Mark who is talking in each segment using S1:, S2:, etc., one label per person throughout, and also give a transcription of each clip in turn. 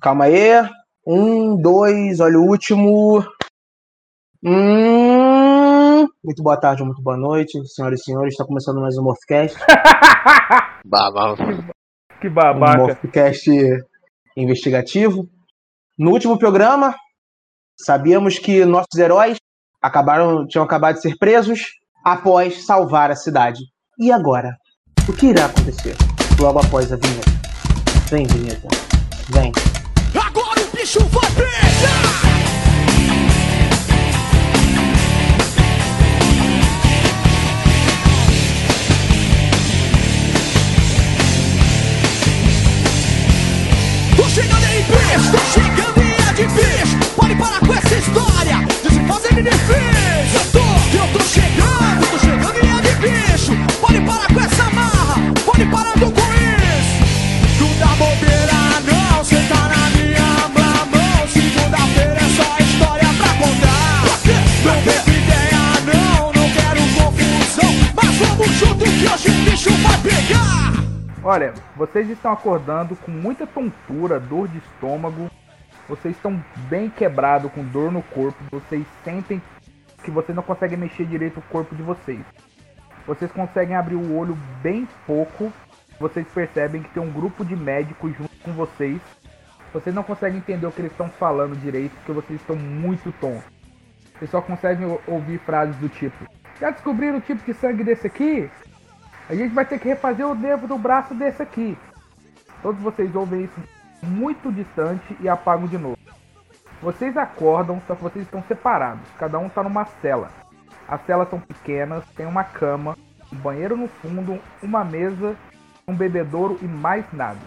S1: Calma aí. Um, dois, olha o último. Hum... Muito boa tarde, muito boa noite, senhoras e senhores. Está começando mais um Morphcast.
S2: Babau.
S3: Que
S1: Um
S3: babaca.
S1: Morphcast investigativo. No último programa, sabíamos que nossos heróis acabaram, tinham acabado de ser presos após salvar a cidade. E agora? O que irá acontecer logo após a vinheta? Vem, vinheta. Vem.
S4: Agora o bicho vai pegar! Tô chegando aí, bicho! Tô chegando e é de bicho! Pode parar com essa história de se fazer de defesa! Eu tô, eu tô chegando, tô chegando e é de bicho! Pode parar com essa marra! Pode parar com isso! Não dá bobeira não, cê tá na minha mão! Segunda-feira é só história pra contar! Não teve ideia não, não quero confusão! Mas vamos junto que hoje o bicho vai pegar!
S3: Olha, vocês estão acordando com muita tontura, dor de estômago. Vocês estão bem quebrado, com dor no corpo. Vocês sentem que vocês não conseguem mexer direito o corpo de vocês. Vocês conseguem abrir o olho bem pouco. Vocês percebem que tem um grupo de médicos junto com vocês. Vocês não conseguem entender o que eles estão falando direito, porque vocês estão muito tontos. Vocês só conseguem ou- ouvir frases do tipo: Já descobriram o tipo de sangue desse aqui? A gente vai ter que refazer o nervo do braço desse aqui. Todos vocês ouvem isso muito distante e apagam de novo. Vocês acordam, só que vocês estão separados. Cada um está numa cela. As celas são pequenas, tem uma cama, um banheiro no fundo, uma mesa, um bebedouro e mais nada.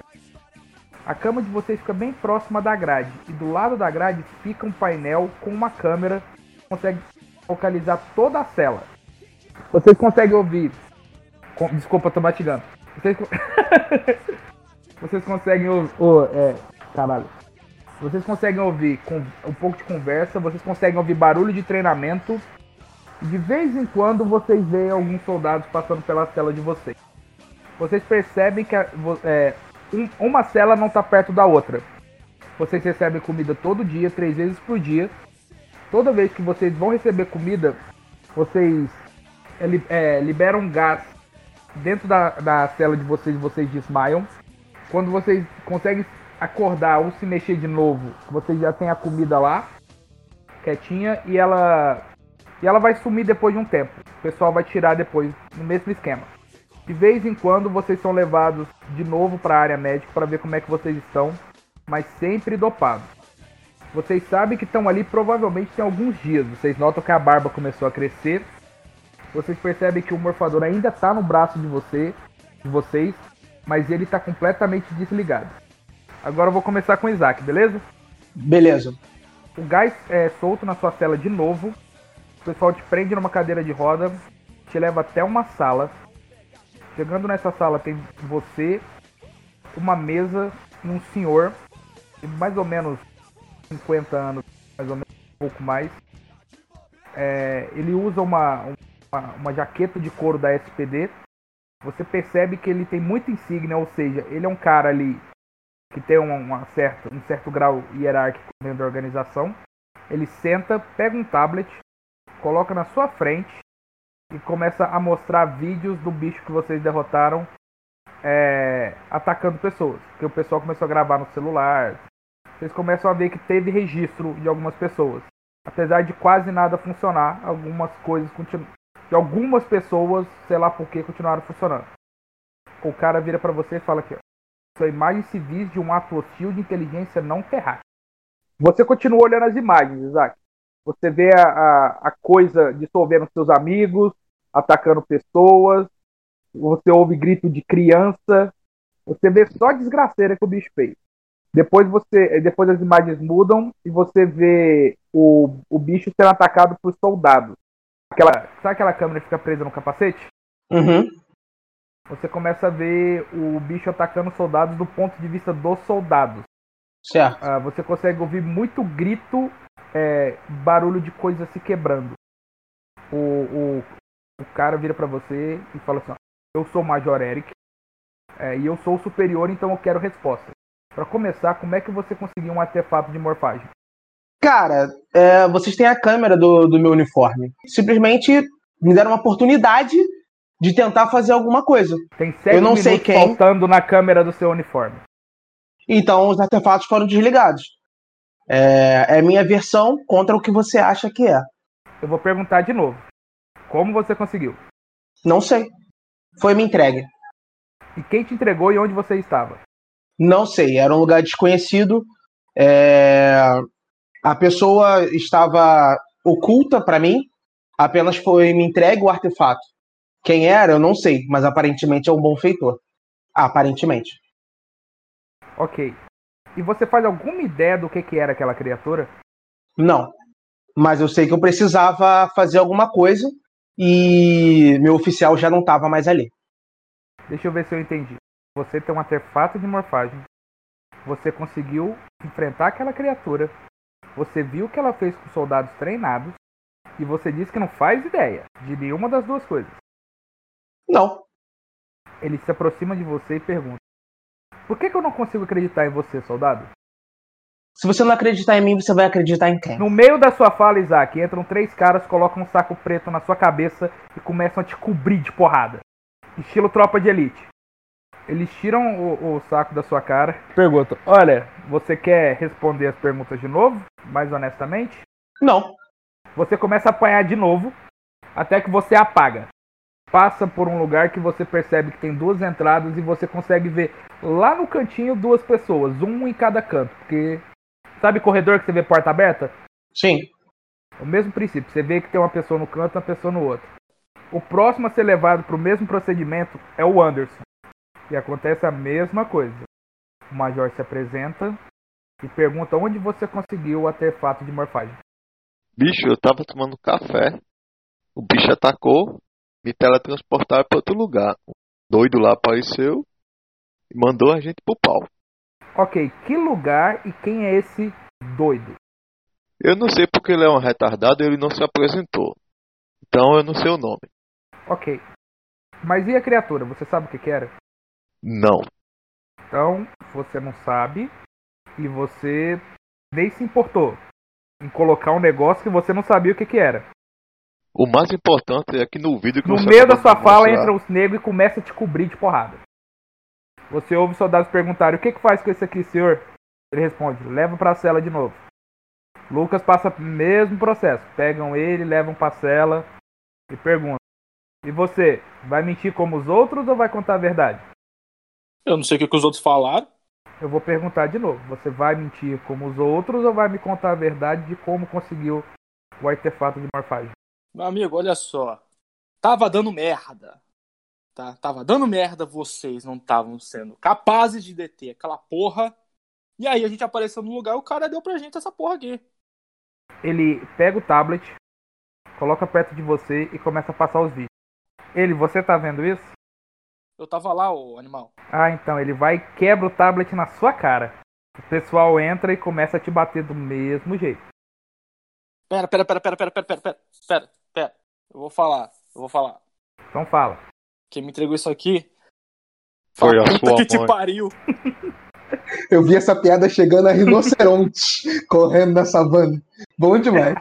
S3: A cama de vocês fica bem próxima da grade e do lado da grade fica um painel com uma câmera que consegue localizar toda a cela. Vocês conseguem ouvir Com- Desculpa, eu tô mastigando. Vocês, con- Vocês conseguem ouvir. ô, é, caralho. Vocês conseguem ouvir com um pouco de conversa, vocês conseguem ouvir barulho de treinamento. De vez em quando vocês veem alguns soldados passando pela cela de vocês. Vocês percebem que a- vo- é, um- uma cela não tá perto da outra. Vocês recebem comida todo dia, três vezes por dia. Toda vez que vocês vão receber comida, vocês é, li- é, liberam gás dentro da, da cela de vocês, vocês desmaiam. Quando vocês conseguem acordar ou se mexer de novo, vocês já têm a comida lá, quietinha, e ela. E ela vai sumir depois de um tempo. O pessoal vai tirar depois, no mesmo esquema. De vez em quando vocês são levados de novo para a área médica para ver como é que vocês estão, mas sempre dopados. Vocês sabem que estão ali provavelmente tem alguns dias. Vocês notam que a barba começou a crescer, vocês percebem que o morfador ainda tá no braço de você, de vocês, mas ele tá completamente desligado. Agora eu vou começar com o Isaac, beleza?
S1: Beleza.
S3: O gás é solto na sua cela de novo. O pessoal te prende numa cadeira de roda, te leva até uma sala. Chegando nessa sala tem você, uma mesa e um senhor de mais ou menos 50 anos, mais ou menos um pouco mais. É, ele usa uma, uma, uma jaqueta de couro da SPD. Você percebe que ele tem muita insígnia, ou seja, ele é um cara ali que tem um, uma certa, um certo grau hierárquico dentro da organização. Ele senta, pega um tablet, coloca na sua frente e começa a mostrar vídeos do bicho que vocês derrotaram é, atacando pessoas. Porque o pessoal começou a gravar no celular. Vocês começam a ver que teve registro de algumas pessoas. Apesar de quase nada funcionar, algumas coisas continuam. De algumas pessoas, sei lá por que, continuaram funcionando. O cara vira pra você e fala aqui, ó são imagens civis de um ato hostil de inteligência não terráquea. Você continua olhando as imagens, Isaac. Você vê a, a, a coisa dissolvendo seus amigos, atacando pessoas, você ouve grito de criança, você vê só a desgraceira que o bicho fez. Depois você, eh, depois as imagens mudam e você vê o, o bicho sendo atacado por soldados. Aquela, sabe aquela câmera que fica presa no capacete?
S1: Uhum.
S3: Você começa a ver o bicho atacando soldados do ponto de vista dos soldados.
S1: Certo.
S3: Ah, você consegue ouvir muito grito, é, barulho de coisa se quebrando. O, o, o cara vira pra você e fala assim: ó, Eu sou o Major Eric é, e eu sou o superior, então eu quero resposta. Para começar, como é que você conseguiu um artefato de morfagem?
S1: Cara, é, vocês têm a câmera do, do meu uniforme. Simplesmente me deram uma oportunidade de tentar fazer alguma coisa.
S3: Tem sete
S1: Eu não
S3: minutos
S1: sei quem.
S3: faltando na câmera do seu uniforme.
S1: Então os artefatos foram desligados. É, é minha versão contra o que você acha que é.
S3: Eu vou perguntar de novo. Como você conseguiu?
S1: Não sei. Foi me entregue.
S3: E quem te entregou e onde você estava?
S1: Não sei, era um lugar desconhecido. É, A pessoa estava oculta para mim, apenas foi me entregue o artefato. Quem era, eu não sei, mas aparentemente é um bom feitor. Aparentemente.
S3: Ok. E você faz alguma ideia do que, que era aquela criatura?
S1: Não. Mas eu sei que eu precisava fazer alguma coisa e meu oficial já não estava mais ali.
S3: Deixa eu ver se eu entendi. Você tem um artefato de morfagem. Você conseguiu enfrentar aquela criatura. Você viu o que ela fez com soldados treinados. E você disse que não faz ideia de nenhuma das duas coisas.
S1: Não.
S3: Ele se aproxima de você e pergunta: Por que, que eu não consigo acreditar em você, soldado?
S1: Se você não acreditar em mim, você vai acreditar em quem?
S3: No meio da sua fala, Isaac, entram três caras, colocam um saco preto na sua cabeça e começam a te cobrir de porrada. Estilo tropa de elite. Eles tiram o, o saco da sua cara. Perguntam: Olha, você quer responder as perguntas de novo? Mais honestamente?
S1: Não.
S3: Você começa a apanhar de novo, até que você apaga. Passa por um lugar que você percebe que tem duas entradas e você consegue ver lá no cantinho duas pessoas, um em cada canto. Porque sabe corredor que você vê porta aberta?
S1: Sim.
S3: É O mesmo princípio, você vê que tem uma pessoa no canto e uma pessoa no outro. O próximo a ser levado para o mesmo procedimento é o Anderson. E acontece a mesma coisa. O Major se apresenta e pergunta onde você conseguiu o artefato de morfagem.
S2: Bicho, eu tava tomando café. O bicho atacou. Me teletransportaram pra outro lugar. Um doido lá apareceu. E mandou a gente pro pau.
S3: Ok, que lugar e quem é esse doido?
S2: Eu não sei porque ele é um retardado ele não se apresentou. Então eu não sei o nome.
S3: Ok. Mas e a criatura? Você sabe o que, que era?
S2: Não.
S3: Então, você não sabe e você nem se importou em colocar um negócio que você não sabia o que, que era.
S2: O mais importante é que no vídeo que
S3: No
S2: você
S3: meio da
S2: acabou
S3: sua
S2: de
S3: fala
S2: mostrar-
S3: entra os negros e começa a te cobrir de porrada. Você ouve os soldados perguntarem: O que, que faz com esse aqui, senhor? Ele responde: Leva pra cela de novo. Lucas passa o mesmo processo. Pegam ele, levam pra cela e perguntam: E você, vai mentir como os outros ou vai contar a verdade?
S5: Eu não sei o que, que os outros falaram.
S3: Eu vou perguntar de novo: Você vai mentir como os outros ou vai me contar a verdade de como conseguiu o artefato de morfagem?
S5: Meu amigo, olha só. Tava dando merda. Tá? Tava dando merda, vocês não estavam sendo capazes de deter aquela porra. E aí a gente apareceu no lugar e o cara deu pra gente essa porra aqui.
S3: ele pega o tablet, coloca perto de você e começa a passar os vídeos. Ele, você tá vendo isso?
S5: Eu tava lá, ô animal.
S3: Ah, então, ele vai e quebra o tablet na sua cara. O pessoal entra e começa a te bater do mesmo jeito.
S5: Pera, pera, pera, pera, pera, pera, pera, pera, pera, pera. Eu vou falar, eu vou falar.
S3: Então fala.
S5: Quem me entregou isso aqui.
S2: Foi
S5: a
S2: a
S5: puta
S2: sua
S5: que te
S2: mãe.
S5: pariu.
S1: Eu vi essa piada chegando a rinoceronte correndo na savana. Bom demais.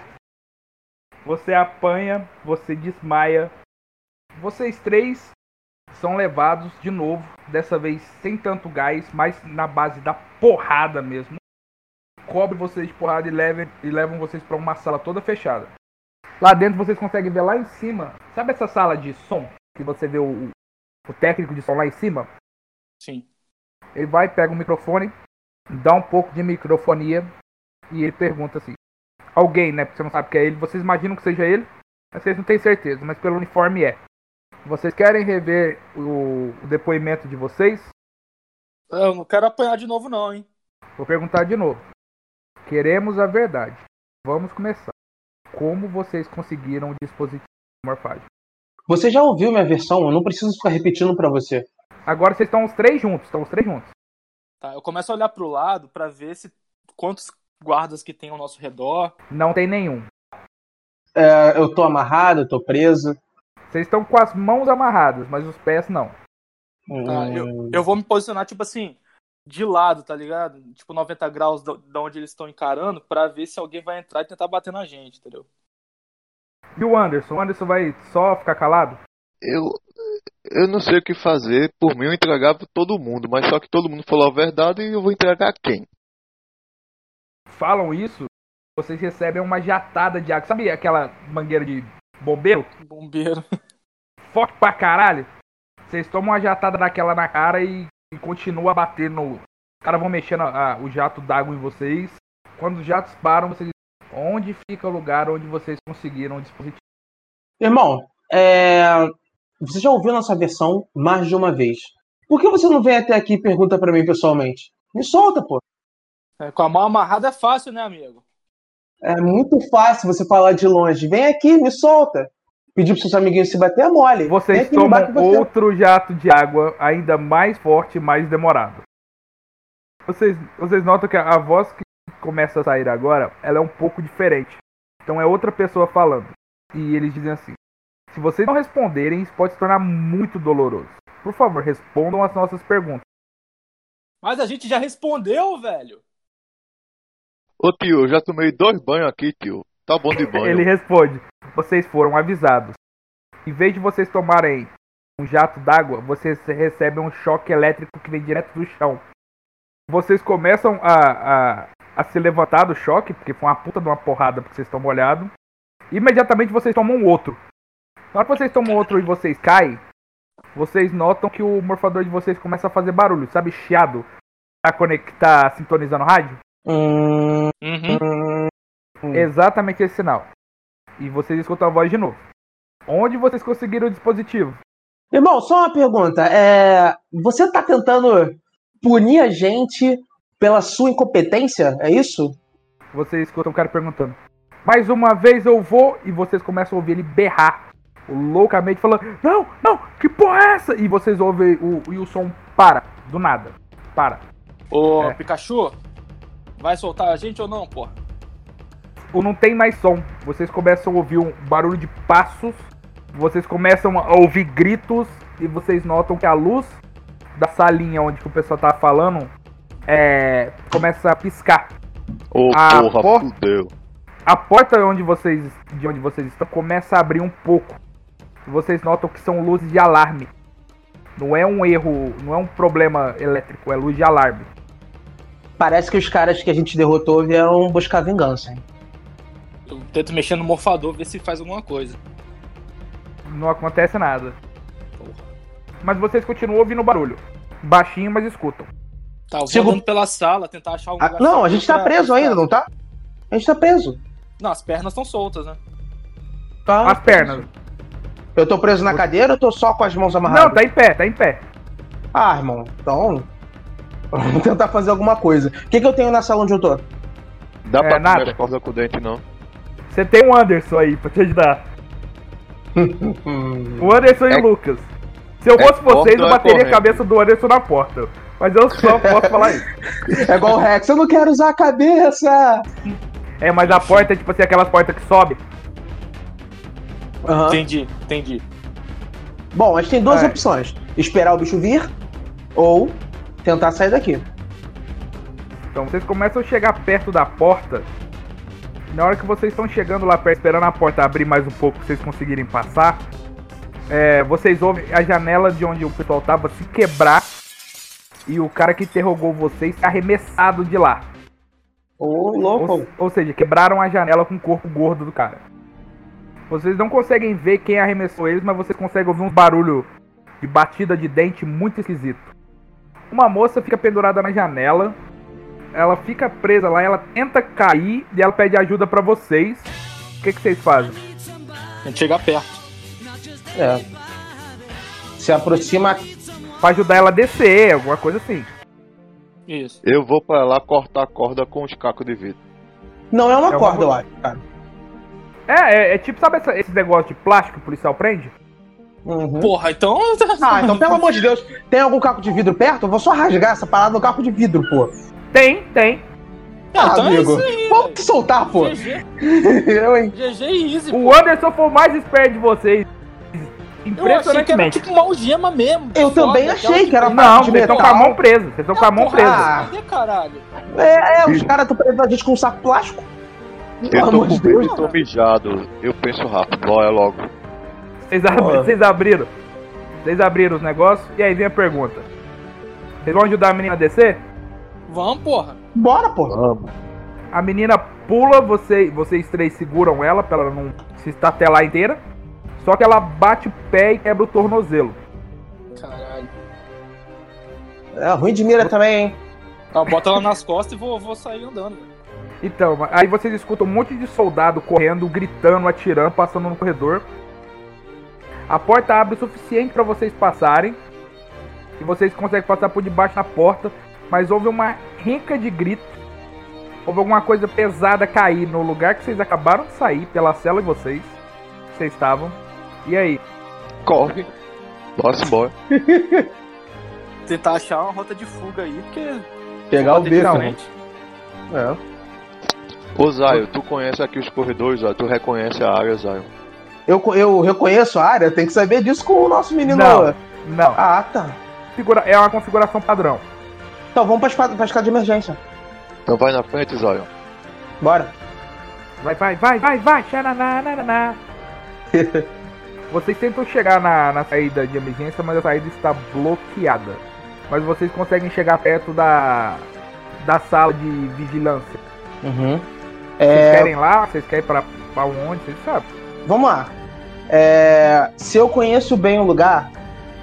S3: Você apanha, você desmaia. Vocês três são levados de novo, dessa vez sem tanto gás, mas na base da porrada mesmo. Cobre vocês de porrada e levam, e levam vocês para uma sala toda fechada. Lá dentro vocês conseguem ver lá em cima. Sabe essa sala de som que você vê o, o técnico de som lá em cima?
S5: Sim.
S3: Ele vai, pega o microfone, dá um pouco de microfonia e ele pergunta assim: Alguém, né? Porque você não sabe que é ele, vocês imaginam que seja ele, mas vocês não têm certeza, mas pelo uniforme é. Vocês querem rever o, o depoimento de vocês?
S5: Eu não quero apanhar de novo, não, hein?
S3: Vou perguntar de novo. Queremos a verdade. Vamos começar. Como vocês conseguiram o dispositivo de morfagem?
S1: Você já ouviu minha versão, eu não preciso ficar repetindo pra você.
S3: Agora vocês estão os três juntos, estão os três juntos.
S5: Tá, eu começo a olhar pro lado pra ver se quantos guardas que tem ao nosso redor.
S3: Não tem nenhum.
S1: É, eu tô amarrado, eu tô preso.
S3: Vocês estão com as mãos amarradas, mas os pés não.
S5: Tá,
S1: Hum,
S5: Eu vou me posicionar, tipo assim, de lado, tá ligado? Tipo 90 graus da da onde eles estão encarando pra ver se alguém vai entrar e tentar bater na gente, entendeu?
S3: E o Anderson? O Anderson vai só ficar calado?
S2: Eu, eu não sei o que fazer. Por mim, eu entregava todo mundo, mas só que todo mundo falou a verdade e eu vou entregar quem?
S3: Falam isso, vocês recebem uma jatada de água. Sabe aquela mangueira de bombeiro?
S5: Bombeiro.
S3: Forte pra caralho. Vocês tomam uma jatada daquela na cara e, e continua batendo. no- Os caras vão mexendo a- a- o jato d'água em vocês. Quando os jatos param, vocês. Onde fica o lugar onde vocês conseguiram o dispositivo?
S1: Irmão, é, você já ouviu nossa versão mais de uma vez. Por que você não vem até aqui e pergunta pra mim pessoalmente? Me solta, pô.
S5: É, com a mão amarrada é fácil, né, amigo?
S1: É muito fácil você falar de longe. Vem aqui, me solta. Pedir pros seus amiguinhos se bater é mole. Vem
S3: Vocês
S1: aqui, me
S3: tomam
S1: bate você.
S3: outro jato de água, ainda mais forte e mais demorado. Vocês, vocês notam que a, a voz que começa a sair agora, ela é um pouco diferente. Então é outra pessoa falando. E eles dizem assim: Se vocês não responderem, isso pode se tornar muito doloroso. Por favor, respondam as nossas perguntas.
S5: Mas a gente já respondeu, velho.
S2: Ô tio, eu já tomei dois banhos aqui, tio. Tá bom de banho.
S3: Ele responde: Vocês foram avisados. Em vez de vocês tomarem um jato d'água, vocês recebem um choque elétrico que vem direto do chão. Vocês começam a, a, a se levantar do choque, porque foi uma puta de uma porrada porque vocês estão molhados. Imediatamente vocês tomam um outro. Na hora que vocês tomam outro e vocês caem, vocês notam que o morfador de vocês começa a fazer barulho, sabe? Chiado. Tá, conect... tá sintonizando o rádio?
S1: Hum,
S5: Uhum.
S1: Hum.
S3: Exatamente esse sinal. E vocês escutam a voz de novo. Onde vocês conseguiram o dispositivo?
S1: Irmão, só uma pergunta. É, Você tá tentando punir a gente pela sua incompetência? É isso?
S3: Vocês escutam o cara perguntando. Mais uma vez eu vou. E vocês começam a ouvir ele berrar. Loucamente falando: Não, não, que porra é essa? E vocês ouvem o Wilson para. Do nada. Para.
S5: Ô,
S3: É.
S5: Pikachu, vai soltar a gente ou não, porra?
S3: O não tem mais som. Vocês começam a ouvir um barulho de passos. Vocês começam a ouvir gritos. E vocês notam que a luz da salinha onde que o pessoal tá falando é, começa a piscar.
S2: Ô
S3: Ah,
S2: porra,
S3: por-
S2: fudeu.
S3: A porta onde vocês, de onde vocês estão começa a abrir um pouco. Vocês notam que são luzes de alarme. Não é um erro, não é um problema elétrico, é luz de alarme.
S1: Parece que os caras que a gente derrotou vieram buscar vingança. hein?
S5: Eu tento mexer no morfador, ver se faz alguma coisa.
S3: Não acontece nada.
S5: Porra.
S3: Mas vocês continuam ouvindo o barulho. Baixinho, mas escutam.
S5: Tá, eu vou
S1: Sigo-
S5: andando pela sala, tentar achar um
S1: Ah,
S5: lugar
S1: não,
S5: seguro
S1: a gente tá
S5: pra-
S1: preso ainda, não tá? A gente tá preso.
S5: Não, as pernas estão soltas, né?
S1: Tá?
S3: As pernas.
S1: Eu tô preso na cadeira ou tô só com as mãos amarradas?
S3: Não, tá em pé, tá em pé.
S1: Ah, irmão, então. Vamos tentar fazer alguma coisa. O que, que eu tenho na sala onde eu tô?
S2: Dá pra
S3: É,
S2: comer
S3: nada.
S2: as cordas com o dente, não.
S3: Você tem o Anderson aí pra te ajudar.
S1: Hum.
S3: O Anderson e
S2: É-
S3: o Lucas. Se eu
S2: é
S3: fosse vocês, eu
S2: corda
S3: bateria a
S2: corrente.
S3: cabeça do Anderson na porta. Mas eu só posso falar isso.
S1: É igual o Rex, eu não quero usar a cabeça!
S3: É, mas a porta é tipo assim, aquelas portas que sobe.
S1: Aham.
S5: Entendi, entendi.
S1: Bom, a gente tem duas
S3: Vai.
S1: opções: esperar o bicho vir ou tentar sair daqui.
S3: Então vocês começam a chegar perto da porta. Na hora que vocês estão chegando lá perto, esperando a porta abrir mais um pouco pra vocês conseguirem passar, é, vocês ouvem a janela de onde o pessoal tava se quebrar e o cara que interrogou vocês ser arremessado de lá.
S1: Ô,
S3: Ou,
S1: louco!
S3: ou seja, quebraram a janela com o corpo gordo do cara. Vocês não conseguem ver quem arremessou eles, mas vocês conseguem ouvir um barulho de batida de dente muito esquisito. Uma moça fica pendurada na janela, ela fica presa lá, ela tenta cair e ela pede ajuda pra vocês. O que, que vocês fazem?
S5: A gente chega perto.
S1: É. Se aproxima.
S3: Pra ajudar ela a descer, alguma coisa assim.
S5: Isso.
S2: Eu vou pra lá cortar a corda com os cacos de vidro.
S1: Não é uma
S3: É uma
S1: corda, eu
S3: boa.
S1: acho, cara.
S3: É, é, é tipo, sabe essa- esse negócio de plástico que o policial prende?
S1: Uhum.
S5: Porra, então.
S1: Ah, então pelo amor de Deus, tem algum caco de vidro perto? Eu vou só rasgar essa parada no caco de vidro, pô.
S3: Tem, tem.
S5: Ah, então é
S1: amigo.
S5: isso aí.
S1: Vamos te soltar, pô.
S5: velho.
S1: Eu, hein?
S5: GG, GG e Easy.
S1: Um
S3: O Anderson foi o mais esperto de vocês.
S5: Eu achei que era
S3: Impressionantemente.
S5: tipo uma algema mesmo.
S1: Eu
S5: foda,
S1: também
S5: aquela
S1: achei
S5: de
S1: que era
S5: prender.
S3: Não,
S1: de
S3: vocês estão com a
S1: metal.
S3: mão presa. Vocês estão com a mão
S5: Porra,
S3: presa.
S5: Cadê, caralho?
S1: Ah, É, é, os caras estão prendendo a gente com um saco plástico.
S2: Eu
S1: Pelo
S2: tô
S1: amor
S2: com
S1: de
S2: medo
S1: Deus.
S2: e tô mijado. Eu penso rápido, olha logo.
S3: Vocês, ab-
S1: Porra.
S3: vocês abriram. Vocês abriram os negócios. E aí vem a pergunta. Vocês vão ajudar a menina a descer?
S5: Vamos, porra.
S1: Bora, pô.
S2: Vamos.
S3: A menina pula, você, vocês três seguram ela pra ela não se estatelar inteira. Só que ela bate o pé e quebra o tornozelo.
S5: Caralho.
S1: É ruim de mira também, hein?
S5: Tá, bota ela nas costas e vou, vou sair andando. velho.
S3: Então, aí vocês escutam um monte de soldado correndo, gritando, atirando, passando no corredor. A porta abre o suficiente pra vocês passarem. E vocês conseguem passar por debaixo da porta. Mas houve uma rica de gritos. Houve alguma coisa pesada cair no lugar que vocês acabaram de sair, pela cela de vocês. Que vocês estavam. E aí?
S2: Corre. Nossa, embora.
S5: Tentar achar uma rota de fuga aí, porque.
S1: Pegar o né?
S5: Bater de
S1: bico.
S5: frente.
S1: É.
S2: Ô Zayo, tu conhece aqui os corredores, Zayo? Tu reconhece a área, Zayo?
S1: Eu, co- eu reconheço a área, tem que saber disso com o nosso menino.
S3: Não. Não.
S1: Ah, tá.
S3: Configura- É uma configuração padrão.
S1: Então vamos pra escada, pra escada de emergência.
S2: Então vai na frente, Zayo.
S1: Bora.
S3: Vai, vai, vai, vai, vai, xanananananá. vocês tentam chegar na, na saída de emergência, mas a saída está bloqueada. Mas vocês conseguem chegar perto da, da sala de vigilância.
S1: Uhum.
S3: Vocês
S1: É,
S3: querem lá? Vocês querem pra, pra onde? Vocês sabem.
S1: vamos lá. É, se eu conheço bem o lugar,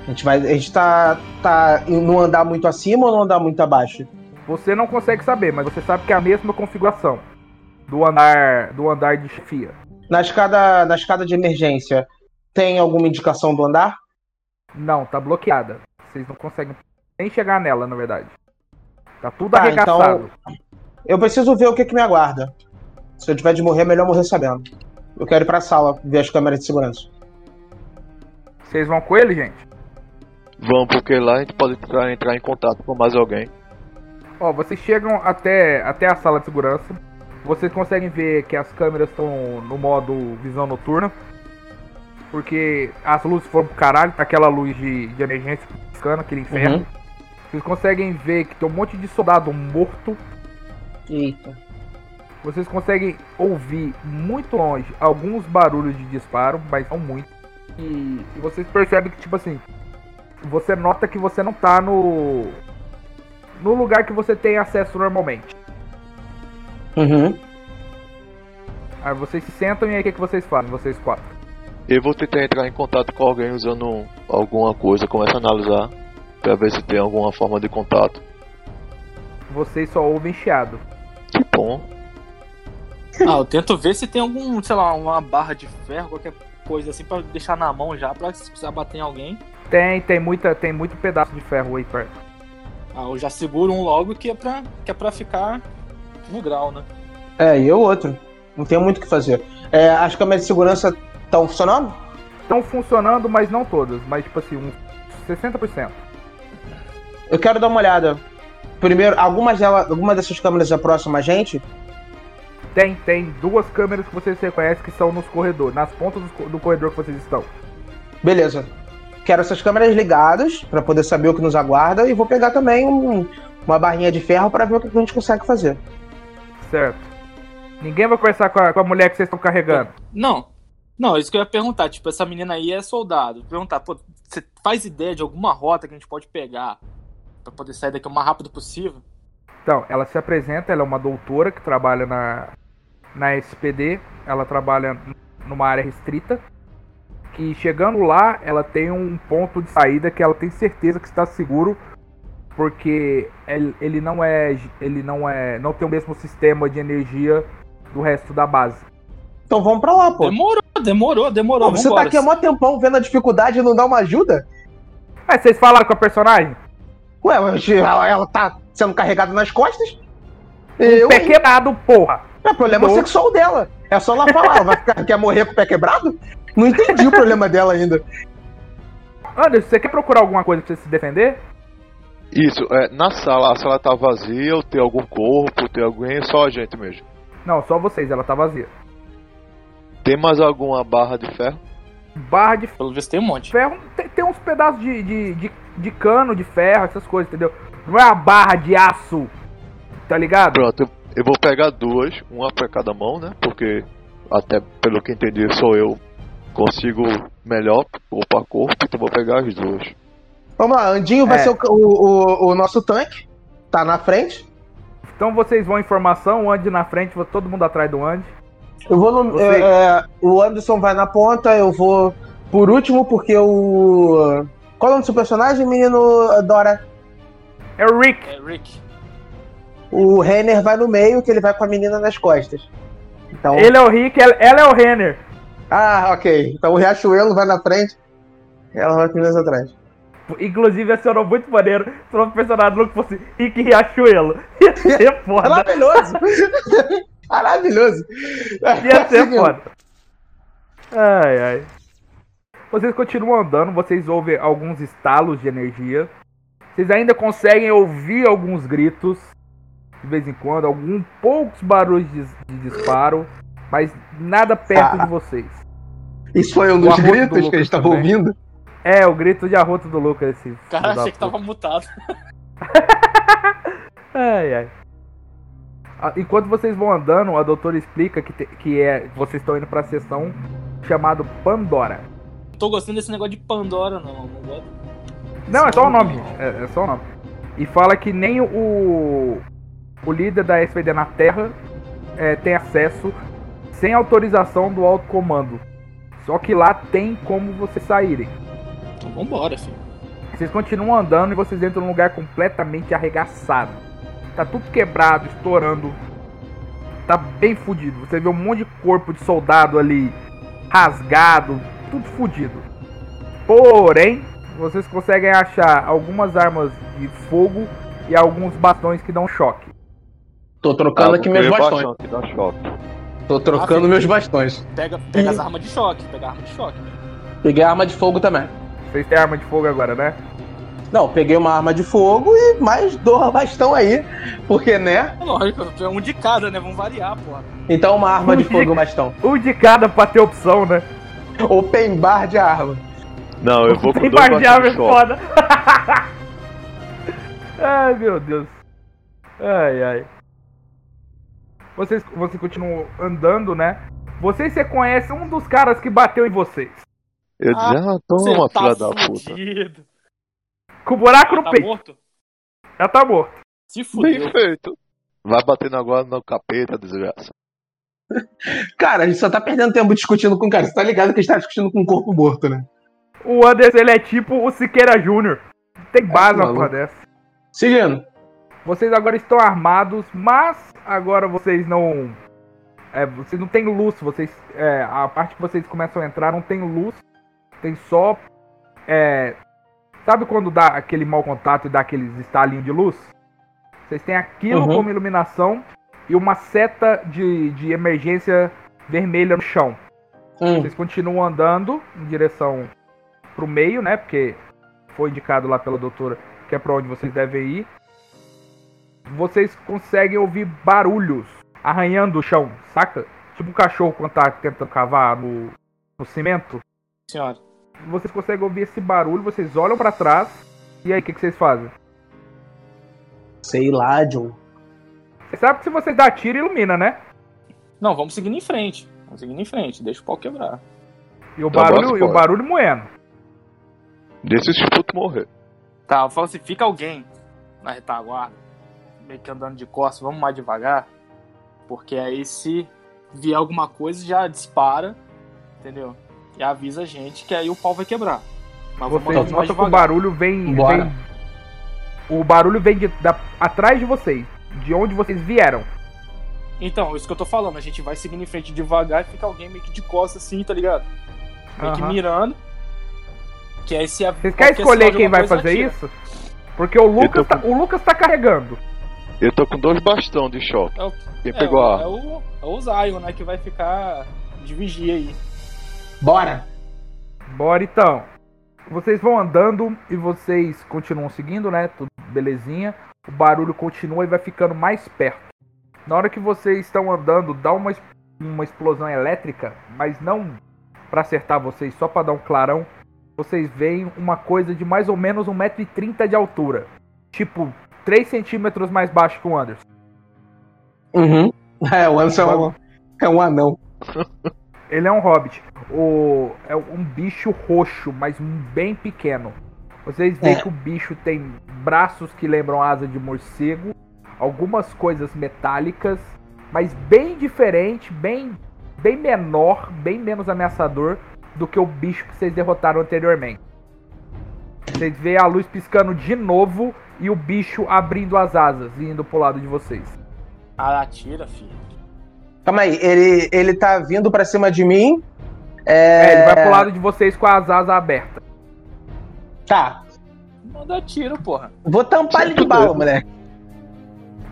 S1: a gente vai. A gente tá, tá em- não andar muito acima ou não andar muito abaixo?
S3: Você não consegue saber, mas você sabe que é a mesma configuração do andar do andar de chefia.
S1: Na escada, na escada de emergência, tem alguma indicação do andar?
S3: Não, tá bloqueada. Vocês não conseguem nem chegar nela, na verdade. Tá tudo
S1: Tá, então-
S3: arregaçado.
S1: Eu preciso ver o que, que me aguarda. Se eu tiver de morrer, é melhor morrer sabendo. Eu quero ir pra sala ver as câmeras de segurança.
S3: Vocês vão com ele, gente?
S2: Vamos, porque lá a gente pode entrar, entrar em contato com mais alguém.
S3: Ó, vocês chegam até, até a sala de segurança. Vocês conseguem ver que as câmeras estão no modo visão noturna. Porque as luzes foram pro caralho, tá aquela luz de, de emergência piscando, aquele inferno.
S1: Uhum.
S3: Vocês conseguem ver que tem um monte de soldado morto.
S1: Eita.
S3: Vocês conseguem ouvir muito longe alguns barulhos de disparo, mas não muito.
S1: Hum.
S3: E, e vocês percebem que, tipo assim, você nota que você não tá no. no lugar que você tem acesso normalmente.
S1: Uhum.
S3: Aí vocês se sentam e aí o que, que vocês fazem, vocês quatro?
S2: Eu vou tentar entrar em contato com alguém usando alguma coisa. Começa a analisar pra ver se tem alguma forma de contato.
S3: Vocês só ouvem chiado.
S2: Que bom.
S5: Ah, eu tento ver se tem algum, sei lá, uma barra de ferro, qualquer coisa assim, pra deixar na mão já, pra se precisar bater em alguém.
S3: Tem, tem muita, tem muito pedaço de ferro aí perto.
S5: Ah, eu já seguro um logo que é pra, que é pra ficar no grau, né?
S1: É, e eu outro. Não tenho muito o que fazer. É, as câmeras de segurança estão funcionando?
S3: Estão funcionando, mas não todas, mas tipo assim, uns 60%.
S1: Eu quero dar uma olhada. Primeiro, algumas delas, alguma dessas câmeras é próxima a gente?
S3: Tem, tem duas câmeras que vocês reconhecem que são nos corredores, nas pontas dos co- do corredor que vocês estão.
S1: Beleza. Quero essas câmeras ligadas pra poder saber o que nos aguarda e vou pegar também um- uma barrinha de ferro pra ver o que a gente consegue fazer.
S3: Certo. Ninguém vai conversar com a, com a mulher que vocês estão carregando.
S5: Não. Não, isso que eu ia perguntar. Tipo, essa menina aí é soldado. Perguntar, pô, você faz ideia de alguma rota que a gente pode pegar pra poder sair daqui o mais rápido possível?
S3: Então, ela se apresenta, ela é uma doutora que trabalha na, na SPD, ela trabalha numa área restrita. Que chegando lá, ela tem um ponto de saída que ela tem certeza que está seguro, porque ele, ele não é ele não é não tem o mesmo sistema de energia do resto da base.
S1: Então vamos pra lá, pô.
S5: Demorou, demorou, demorou.
S1: Pô, você tá
S5: Vambora.
S1: aqui há mó tempão vendo a dificuldade e não dá uma ajuda?
S3: Mas vocês falaram com a personagem?
S1: Ué, mas ela, ela tá sendo carregada nas costas?
S3: Eu...
S1: Eu,
S3: Pé quebrado, porra.
S1: é problema
S3: Bom.
S1: sexual dela. É só ela falar, ela vai ficar, quer morrer com o pé quebrado? Não entendi o problema dela ainda.
S3: Anderson, você quer procurar alguma coisa pra você se defender?
S2: Isso, é, na sala, a sala tá vazia, ou tem algum corpo, tem alguém, é só a gente mesmo.
S3: Não, só vocês, ela tá vazia.
S2: Tem mais alguma barra de ferro?
S3: barra de
S5: Pelo visto tem um monte.
S3: ferro tem, tem uns pedaços de, de, de, de cano, de ferro, essas coisas, entendeu? Não é uma barra de aço, tá ligado?
S2: Pronto, eu, eu vou pegar duas, uma pra cada mão, né? Porque, até pelo que entendi, sou eu consigo melhor corpo a corpo, então vou pegar as duas.
S1: Vamos lá, Andinho vai
S3: É.
S1: ser o, o- o- o nosso tanque. Tá na frente.
S3: Então vocês vão em formação, o Andy na frente, todo mundo atrás do Andy.
S1: Eu vou no.
S3: Você.
S1: é, é, o Anderson vai na ponta, eu vou por último, porque o. Qual é o nome do seu personagem, menino Dora?
S3: É o Rick.
S5: É, Rick.
S1: O Renner vai no meio, que ele vai com a menina nas costas. Então.
S3: Ele é o Rick, ela, ela é o Renner.
S1: Ah, ok. Então o Riachuelo vai na frente, ela vai com as meninas atrás.
S3: Inclusive, acionou muito maneiro se o nome do personagem do Luke fosse assim, Rick Riachuelo. Ia ser foda.
S1: É Maravilhoso! Maravilhoso! É Assim
S3: Ia ser foda. Ai, ai. Vocês continuam andando, vocês ouvem alguns estalos de energia. Vocês ainda conseguem ouvir alguns gritos. De vez em quando, algum poucos barulhos de, de disparo. Mas nada perto
S1: Ah.
S3: de vocês.
S1: Isso foi um
S3: O
S1: dos
S3: arroto do
S1: gritos que a
S3: Lucas
S1: gente tava
S3: também.
S1: ouvindo?
S3: É, o grito de arroto do Lucas. Esse filho
S5: Cara,
S3: da
S5: achei que
S3: puta.
S5: tava mutado.
S3: Ai, ai. Ah, Enquanto vocês vão andando, a doutora explica que, te- que é vocês estão indo pra sessão chamado Pandora.
S5: Não tô gostando desse negócio de Pandora, não. Não gosto.
S3: Não, é só o nome. É, é só o nome. E fala que nem o o líder da SPD na Terra é, tem acesso sem autorização do alto comando. Só que lá tem como vocês saírem.
S5: Então vambora, filho.
S3: Vocês continuam andando e vocês entram num lugar completamente arregaçado. Tá tudo quebrado, estourando. Tá bem fudido. Você vê um monte de corpo de soldado ali rasgado, tudo fudido. Porém, vocês conseguem achar algumas armas de fogo e alguns bastões que dão choque.
S1: Tô trocando
S2: Ah,
S1: aqui
S2: porque
S1: meus
S2: é
S1: bastões.
S2: baixão, que dá choque.
S1: Tô trocando
S5: Ah,
S1: meus bastões.
S5: Pega, pega as armas de choque. Pega a arma de choque.
S1: Peguei a arma de fogo também.
S3: Vocês têm arma de fogo agora, né?
S1: Não, peguei uma arma de fogo e mais dois bastão aí. Porque, né?
S5: É lógico, é um de cada, né? Vamos variar, porra.
S1: Então uma arma de fogo e um bastão.
S3: Um de cada pra ter opção, né?
S1: Open bar de arma.
S2: Não, eu vou com
S3: Tem
S2: dois
S3: par de
S2: baixos
S3: arma é
S2: de choque.
S3: foda. ai, meu Deus. Ai, ai. Vocês, você continua andando, né? Vocês reconhecem um dos caras que bateu em vocês.
S2: Eu
S5: Ah,
S2: dizia, ah,
S5: Você
S2: toma,
S5: tá
S2: filha da puta.
S5: fudido.
S3: Com o buraco no
S5: Tá
S3: peito.
S5: morto?
S3: Já tá morto.
S5: Se
S2: Bem
S5: fudeu.
S2: feito. Vai batendo agora no capeta, desgraça.
S1: Cara, a gente só tá perdendo tempo discutindo com o cara. Você tá ligado que a gente tá discutindo com um corpo morto, né?
S3: O Anderson, ele é tipo o Siqueira Júnior.
S5: É,
S3: Tem base na
S1: maluco.
S3: porra dessa.
S1: Seguindo.
S3: Vocês agora estão armados, mas agora vocês não. É, vocês não tem luz, vocês. é, a parte que vocês começam a entrar não tem luz, tem só. é, sabe quando dá aquele mau contato e dá aqueles estalinhos de luz? Vocês têm aquilo
S1: Uhum.
S3: como iluminação e uma seta de, de emergência vermelha no chão.
S1: Hum,
S3: Vocês continuam andando em direção pro meio, né? Porque foi indicado lá pela doutora que é pra onde vocês devem ir. Vocês conseguem ouvir barulhos arranhando o chão, saca? Tipo um cachorro quando tá tentando cavar no, no cimento.
S5: Senhora.
S3: Vocês conseguem ouvir esse barulho, vocês olham pra trás. E aí, o que, que vocês fazem?
S1: sei lá, John.
S3: Você sabe que se você dá tiro, ilumina, né?
S5: Não, vamos seguindo em frente. Vamos seguindo em frente. Deixa o pau quebrar.
S3: E o
S2: Então,
S3: barulho,
S2: bora,
S3: e o
S2: bora.
S3: barulho moendo.
S2: Deixa esse puto morrer.
S5: Tá, eu falo assim, fica alguém na retaguarda, meio que andando de costas, vamos mais devagar, porque aí se vier alguma coisa já dispara, entendeu? E avisa a gente que aí o pau vai quebrar. Mas vamos
S3: Vocês
S5: andando mais
S3: notam que o
S5: devagar.
S3: barulho vem.
S1: Bora.
S3: vem- o barulho vem de, da- atrás de vocês, de onde vocês vieram.
S5: Então, isso que eu tô falando, a gente vai seguindo em frente devagar e fica alguém meio que de costas assim, tá ligado? Meio que
S3: Aham.
S5: mirando. Que aí se a-
S3: Vocês
S5: qualquer
S3: querem escolher
S5: sinal de
S3: quem
S5: alguma
S3: vai
S5: coisa,
S3: fazer
S5: atira.
S3: isso? Porque o Lucas,
S2: Eu tô
S3: tá, o Lucas tá carregando.
S2: Eu tô com dois bastão de choque.
S5: É o-
S2: Quem
S5: é,
S2: pegou
S5: o-
S2: a
S5: é o, é o Zion, né, que vai ficar de vigia aí.
S1: Bora!
S3: Bora então. Vocês vão andando e vocês continuam seguindo, né? Tudo belezinha. O barulho continua e vai ficando mais perto. Na hora que vocês estão andando, dá uma, es- uma explosão elétrica, mas não pra acertar vocês, só pra dar um clarão, vocês veem uma coisa de mais ou menos 1,30m de altura. Tipo, 3 centímetros mais baixo que o Anderson.
S1: Uhum. É, o Anderson é um, é um anão.
S3: Ele é um hobbit. O, é um bicho roxo, mas um bem pequeno. Vocês veem
S1: É.
S3: que o bicho tem braços que lembram asa de morcego, algumas coisas metálicas, mas bem diferente, bem, bem menor, bem menos ameaçador do que o bicho que vocês derrotaram anteriormente. Vocês veem a luz piscando de novo e o bicho abrindo as asas e indo pro lado de vocês.
S5: Aratira, Ah, filho.
S1: Calma aí, ele, ele tá vindo pra cima de mim.
S3: É,
S1: É,
S3: ele vai pro lado de vocês com as asas abertas.
S1: Tá.
S5: Manda tiro, porra.
S1: Vou tampar ele de bala, moleque.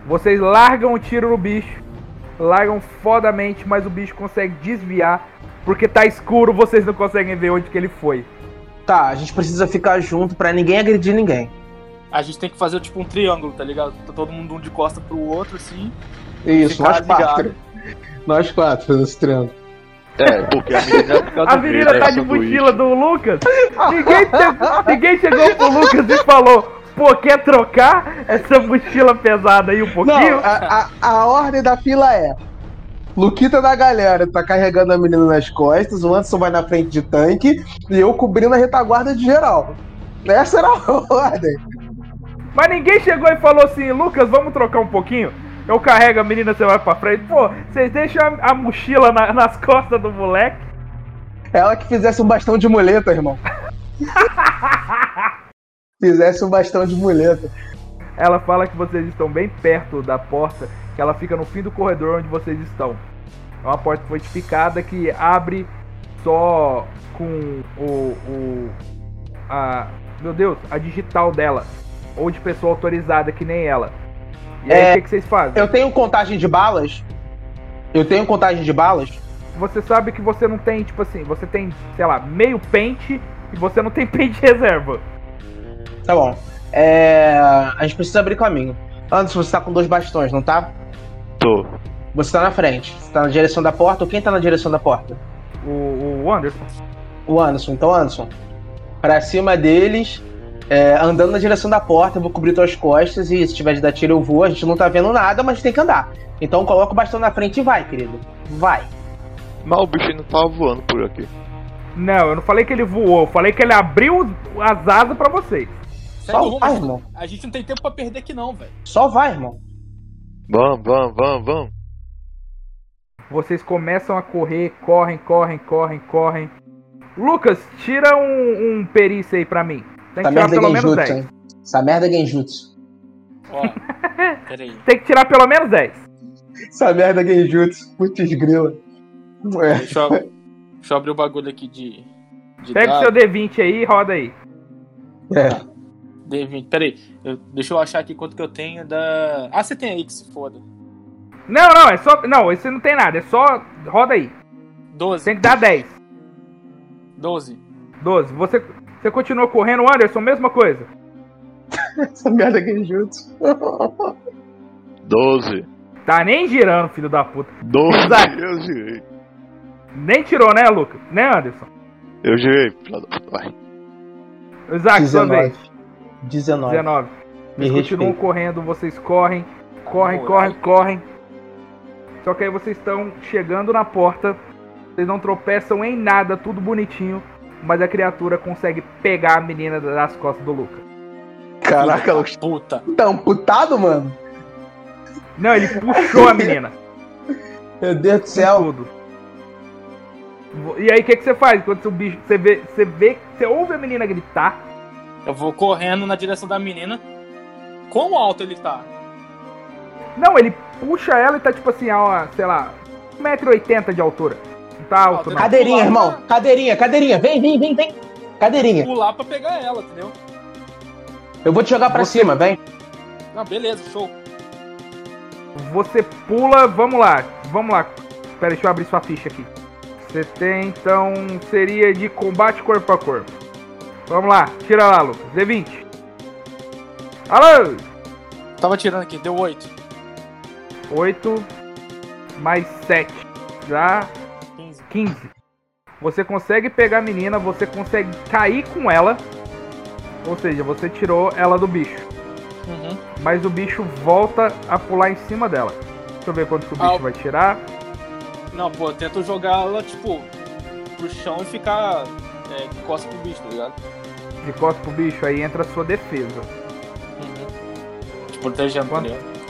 S3: Vocês largam o tiro no bicho, largam fodamente, mas o bicho consegue desviar, porque tá escuro, vocês não conseguem ver onde que ele foi.
S1: Tá, a gente precisa ficar junto pra ninguém agredir ninguém.
S5: A gente tem que fazer tipo um triângulo, tá ligado? Tá todo mundo um de costa pro outro, assim.
S1: Isso,
S5: ficar
S1: nós quatro.
S5: ligado.
S1: Nós quatro fazendo esse triângulo.
S2: É, porque a menina é por causa
S3: A
S2: do
S3: menina
S2: medo,
S3: tá
S2: é
S3: de
S2: sanduíche.
S3: mochila do Lucas. Ninguém, che- ninguém chegou pro Lucas e falou: pô, quer trocar essa mochila pesada aí um pouquinho?
S1: Não, a, a, a ordem da fila é. Luquita da galera tá carregando a menina nas costas, o Anderson vai na frente de tanque e eu cobrindo a retaguarda de geral. Essa era a ordem.
S3: Mas ninguém chegou e falou assim: Lucas, vamos trocar um pouquinho? Eu carrego a menina, você vai pra frente. Pô, vocês deixam a, a mochila na- nas costas do moleque.
S1: Ela que fizesse um bastão de muleta, irmão. fizesse um bastão de muleta.
S3: Ela fala que vocês estão bem perto da porta, que ela fica no fim do corredor onde vocês estão. É uma porta fortificada que abre só com o. o a, meu Deus, a digital dela. Ou de pessoa autorizada que nem ela. E aí, o
S1: É,
S3: que, que vocês fazem?
S1: Eu tenho contagem de balas? Eu tenho contagem de balas?
S3: Você sabe que você não tem, tipo assim, você tem, sei lá, meio pente e você não tem pente reserva.
S1: Tá bom. É, A gente precisa abrir caminho. Anderson, você tá com dois bastões, não tá?
S2: Tô.
S1: Você tá na frente. Você tá na direção da porta. Ou quem tá na direção da porta?
S3: O, o Anderson.
S1: O Anderson. Então, Anderson, pra cima deles, é, andando na direção da porta, eu vou cobrir tuas costas e se tiver de dar tiro eu vou. A gente não tá vendo nada, mas tem que andar. Então coloca o bastão na frente e vai, querido. Vai.
S2: Mas o bicho ainda tava voando por aqui.
S3: Não, eu não falei que ele voou, eu falei que ele abriu os- as asas pra vocês.
S5: Segue
S1: Só
S5: o
S2: um,
S5: rumo.
S1: vai,
S2: né?
S1: irmão.
S5: A gente não tem tempo pra perder aqui, não, velho.
S1: Só vai, irmão.
S2: Vamos, vamos, vamos, vamos.
S3: Vocês começam a correr, correm, correm, correm, correm. Lucas, tira um, um perícia aí pra mim. Tem que
S1: Essa
S3: tirar
S1: merda é
S3: pelo menos
S1: genjutsu,
S3: 10.
S1: hein? Essa merda é genjutsu.
S5: Ó. Peraí.
S3: Tem que tirar pelo menos 10.
S1: Essa merda é genjutsu. Putz grila. É.
S5: Deixa eu, deixa eu abrir o bagulho aqui de. de
S3: Pega o
S5: dado.
S3: seu D20 aí e roda aí.
S1: é.
S5: D20. Peraí, eu- deixa eu achar aqui quanto que eu tenho da. Ah, você tem aí que se foda.
S3: Não, não, é só. Não, esse não tem nada, é só. Roda aí.
S5: 12.
S3: Tem que dar 10.
S5: 12.
S3: 12. Você, você continua correndo, Anderson, mesma coisa.
S1: Essa merda é genjutsu.
S2: 12.
S3: Tá nem girando, filho da puta.
S2: 12.
S3: Isaac.
S2: Eu girei.
S3: Nem tirou, né, Lucas? Né, Anderson?
S2: Eu girei. filha da puta. Vai.
S3: Isaac, Ah, sua vez.
S1: 19.
S3: 19.
S1: Me
S3: Eles continuam
S1: respeita.
S3: correndo, vocês correm, correm,
S5: Moleque.
S3: correm, correm. Só que aí vocês estão chegando na porta, vocês não tropeçam em nada, tudo bonitinho, mas a criatura consegue pegar a menina das costas do Lucas.
S1: Caraca, Lucas.
S5: Puta.
S1: Tá amputado, mano?
S3: Não, ele puxou a menina.
S1: Meu Deus do
S3: com
S1: céu.
S3: Tudo. Vo- E aí o que, que você faz? Quando o bicho. Você vê. Você vê. Você ouve a menina gritar.
S5: Eu vou correndo na direção da menina. Quão alto ele tá?
S3: Não, ele puxa ela e tá tipo assim, a, uma, sei lá, 1,80m de altura. Não tá alto, não.
S1: Cadeirinha, irmão. Cadeirinha, cadeirinha. Vem, vem, vem, vem. Cadeirinha.
S5: Pular pra pegar ela, entendeu?
S1: Eu vou te jogar pra cima, vem.
S5: Ah, beleza, show.
S3: Você pula, vamos lá, vamos lá. Pera, deixa eu abrir sua ficha aqui. Você tem, então, seria de combate corpo a corpo. Vamos lá, tira lá, Lucas. D20. Alô!
S5: Tava tirando aqui, deu 8.
S3: 8 mais 7. Já
S5: 15.
S3: 15. Você consegue pegar a menina, você consegue cair com ela. Ou seja, você tirou ela do bicho.
S5: Uhum.
S3: Mas o bicho volta a pular em cima dela. Deixa eu ver quanto que o bicho
S5: Ah, o-
S3: vai tirar.
S5: Não, pô, eu tento jogar ela, tipo, pro chão e ficar é, de costas pro bicho, tá ligado?
S3: De costas pro bicho, aí entra a sua defesa.
S5: Uhum. Te protegendo,
S3: Quanto?
S5: tá ligado?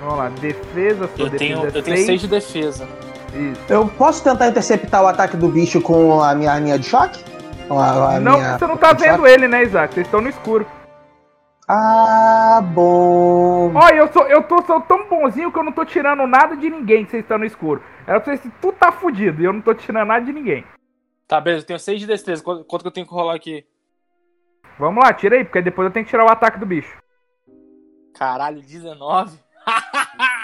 S3: Vamos lá, defesa, sua
S5: Eu
S3: defesa
S5: tenho,
S3: é
S5: eu tenho seis de defesa.
S3: Isso.
S1: Eu posso tentar interceptar o ataque do bicho com a minha arminha de choque? Com a- a
S3: Não,
S1: minha-
S3: você não tá vendo ele, né, Isaac? Vocês estão no escuro.
S1: Ah, bom.
S3: Olha, eu sou, eu tô, sou tão bonzinho que eu não tô tirando nada de ninguém que vocês estão no escuro. Era pra vocês se tu tá fudido e eu não tô tirando nada de ninguém.
S5: Tá, beleza, eu tenho seis de destreza. Quanto, quanto que eu tenho que rolar aqui?
S3: Vamos lá, tira aí, porque depois eu tenho que tirar o ataque do bicho.
S5: Caralho, 19?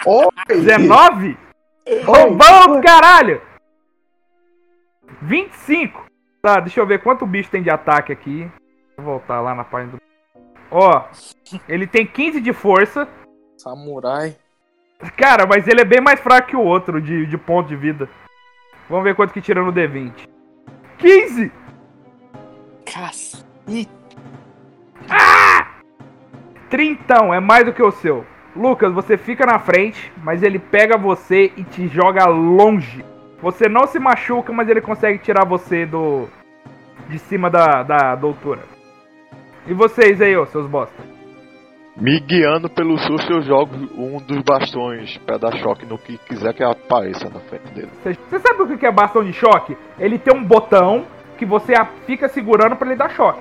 S1: Oi!
S3: 19?
S1: Oi!
S3: Vamos, caralho! 25! Tá, deixa eu ver quanto o bicho tem de ataque aqui. Vou voltar lá na página do. Ó, ele tem 15 de força.
S5: Samurai.
S3: Cara, mas ele é bem mais fraco que o outro de, de ponto de vida. Vamos ver quanto que tira no D20. 15!
S5: Caça.
S3: 30 Ah! é mais do que o seu. Lucas, você fica na frente, mas ele pega você e te joga longe. Você não se machuca, mas ele consegue tirar você do. de cima da, da, da altura. E vocês aí, ô, seus bosta?
S2: Me guiando pelo susto, eu jogo um dos bastões pra dar choque no que quiser que apareça na frente dele.
S3: Você você sabe o que que é bastão de choque? Ele tem um botão que você a- fica segurando pra ele dar choque.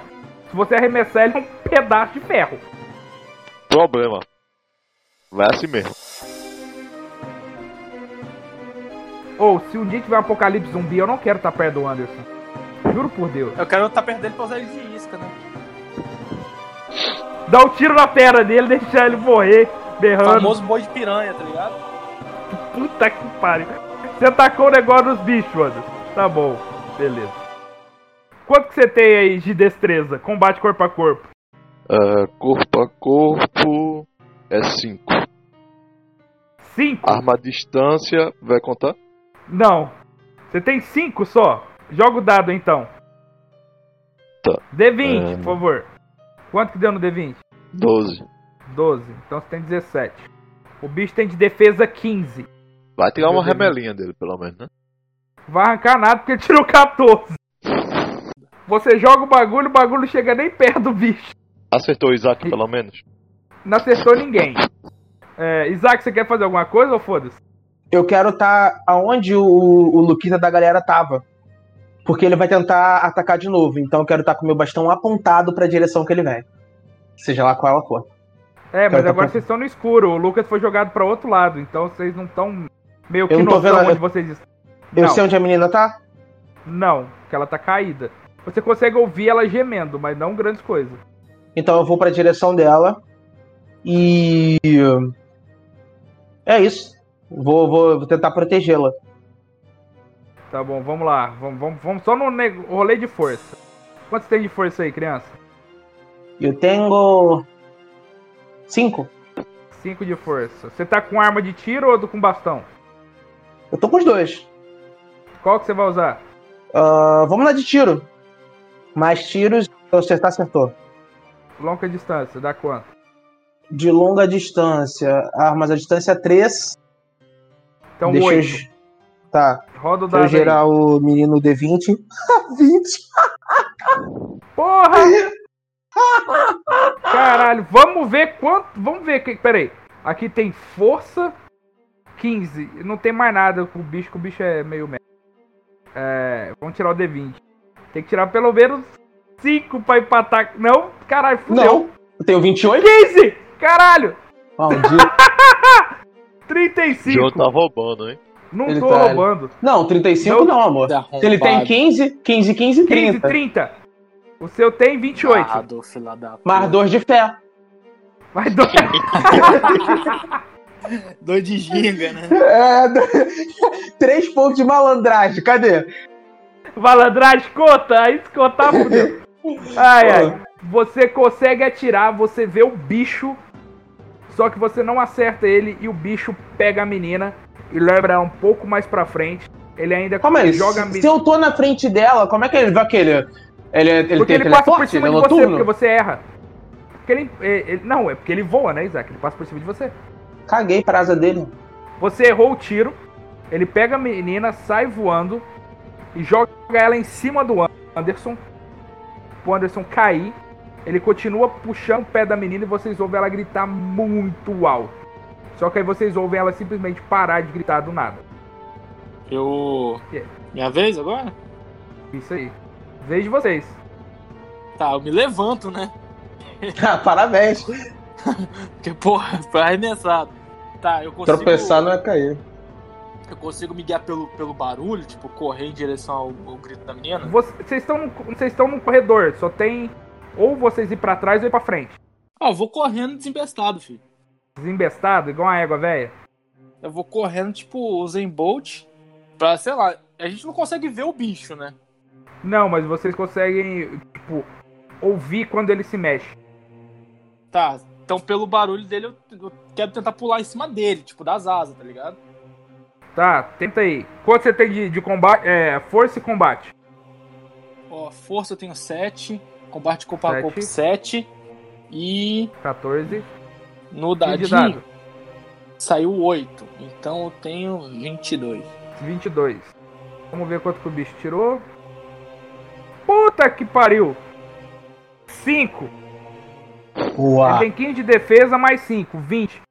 S3: Se você arremessar, ele é um pedaço de ferro.
S2: Problema. Vai assim mesmo.
S3: Ou, se um dia tiver um apocalipse zumbi, eu não quero estar perto do Anderson. Juro por Deus.
S5: Eu quero estar perto dele pra usar ele de isca, né?
S3: Dá um tiro na perna dele, deixar ele morrer, berrando.
S5: Famoso boi de piranha, tá ligado?
S3: Puta que pariu. Você atacou o negócio dos bichos, mano. Tá bom, beleza. Quanto que você tem aí de destreza? Combate corpo a corpo.
S2: Ah, corpo a corpo é 5.
S3: Cinco?
S2: Arma à distância, vai contar?
S3: Não. Você tem cinco só? Joga o dado então.
S2: Tá.
S3: D20,
S2: É.
S3: por favor. Quanto que deu no D20?
S2: 12.
S3: 12. Então você tem 17. O bicho tem de defesa 15.
S2: Vai tirar uma
S3: Meu Deus.
S2: remelinha dele, pelo menos, né?
S3: Vai arrancar nada porque ele tirou 14. Você joga o bagulho, o bagulho não chega nem perto do bicho.
S2: Acertou o Isaac, pelo menos?
S3: Não acertou ninguém. É, Isaac, você quer fazer alguma coisa ou foda-se?
S1: Eu quero estar aonde o, o Luquita da galera tava. Porque ele vai tentar atacar de novo. Então eu quero estar com o meu bastão apontado pra direção que ele vem. Seja lá qual ela for.
S3: É, mas
S1: Cara, tá
S3: agora
S1: com-
S3: vocês estão no escuro. O Lucas foi jogado pra outro lado, então vocês não estão meio que
S1: Eu não tô
S3: noção
S1: vendo-
S3: onde vocês estão.
S1: Eu
S3: não,
S1: sei onde a menina tá?
S3: não, porque ela tá caída. Você consegue ouvir ela gemendo, mas não grandes coisas.
S1: Então eu vou pra direção dela. E. É isso. Vou, vou- vou tentar protegê-la.
S3: Tá bom, vamos lá. Vamos, vamos, vamos só no nego- rolê de força. Quanto você tem de força aí, criança?
S1: Eu tenho. Cinco.
S3: 5 de força. Você tá com arma de tiro ou com bastão?
S1: Eu tô com os dois.
S3: Qual que você vai usar?
S1: Ah, vamos lá de tiro. Mais tiros, se eu acertar, acertou.
S3: Longa distância, dá quanto?
S1: De longa distância, armas à distância 3.
S3: Então
S1: Deixa eu
S3: 8.
S1: gi- Tá,
S3: Roda o
S1: deixa eu
S3: dado aí.
S1: gerar o menino D20. 20!
S3: Porra! Caralho, vamos ver quanto. Vamos ver. Que, peraí. Aqui tem força 15. Não tem mais nada com o bicho, que o bicho é meio merda. É, vamos tirar o D20. Tem que tirar pelo menos 5 pra empatar. Não, caralho, fudeu.
S1: Não, eu tenho 28?
S3: 15! Caralho!
S1: Maldito.
S3: 35!
S2: John tá roubando, hein?
S3: Não
S1: Ele
S3: tô
S1: tá-
S3: roubando.
S1: Não,
S3: Então
S1: 35 não, amor.
S5: Então,
S1: Se ele tem 15, 15, 15,
S3: 15,
S1: 30.
S3: 30. O seu tem 28.
S5: Ah, do filho da
S1: Mais dois de fé.
S3: Vai dois.
S5: Dois de ginga, né?
S1: É, três pontos de malandragem, cadê?
S3: Malandragem, conta, aí escotar, fudeu. Ai, ai. Você consegue atirar, você vê o bicho, só que você não acerta ele e o bicho pega a menina e leva ela um pouco mais pra frente. Ele ainda
S1: Como é
S3: ele
S1: isso?
S3: joga
S1: Se eu tô na frente dela, como é que ele vai querer? Ele, ele
S3: Porque
S1: tem
S3: ele,
S1: ele
S3: passa por
S1: forte,
S3: cima
S1: ele é
S3: de você, porque
S1: noturno?
S3: você erra. Porque ele, é, ele- Não, é porque ele voa, né, Isaac? Ele passa por cima de você.
S1: Caguei pra asa dele.
S3: Você errou o tiro, ele pega a menina, sai voando e joga ela em cima do Anderson. Pro Anderson cair. Ele continua puxando o pé da menina e vocês ouvem ela gritar muito alto. Só que aí vocês ouvem ela simplesmente parar de gritar do nada.
S5: Eu.
S3: Yeah.
S5: Minha vez agora?
S3: Isso aí. Vejo vocês.
S5: Tá, eu me levanto, né?
S1: Ah, Parabéns.
S5: Porque, porra, foi arremessado. Tá, eu consigo.
S1: Tropeçar não é cair.
S5: Eu consigo me guiar pelo, pelo barulho, tipo, correr em direção ao, ao grito da menina.
S3: Vocês estão num- vocês estão num corredor, só tem ou vocês ir pra trás ou ir pra frente.
S5: Ah, eu vou correndo desembestado, filho.
S3: Desembestado, igual uma égua velha.
S5: Eu vou correndo, tipo, o Zen Bolt. Pra, sei lá, a gente não consegue ver o bicho, né?
S3: Não, mas vocês conseguem, tipo, ouvir quando ele se mexe.
S5: Tá, então pelo barulho dele eu, eu quero tentar pular em cima dele, tipo, das asas, tá ligado?
S3: Tá, tenta aí. Quanto você tem de, de combate? É, força e combate.
S5: Ó, força eu tenho 7, combate corpo a
S3: Sete.
S5: corpo 7. E
S3: 14.
S5: no
S3: E de
S5: dadinho
S3: dado.
S5: saiu 8. Então eu tenho 22.
S3: 22. Vamos ver quanto que o bicho tirou. Puta que pariu! 5. Ele
S1: Uau.
S3: tem 15 de defesa mais 5, 20.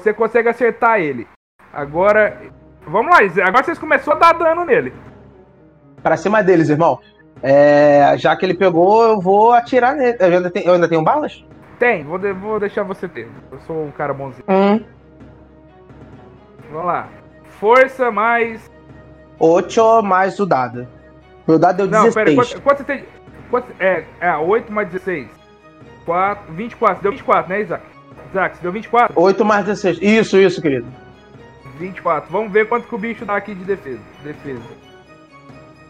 S3: Você consegue acertar ele. Agora. Vamos lá, Isa- agora vocês começaram a dar dano nele.
S1: Pra cima deles, irmão. É, já que ele pegou, eu vou atirar nele. Eu ainda tenho, eu ainda tenho balas?
S3: Tem, vou, de- vou deixar você ter. Eu sou um cara bonzinho.
S1: Hum.
S3: Vamos lá. Força mais.
S1: Ocho mais o dado. Meu dado é deu
S3: Não,
S1: 16.
S3: pera, quanto, quanto você tem. Quanto, é, é, 8 mais 16. 4, 24. Deu 24, né, Isaac? Isaac, você deu 24?
S1: 8 mais 16. Isso, isso, querido.
S3: 24. Vamos ver quanto que o bicho dá aqui de defesa. Defesa.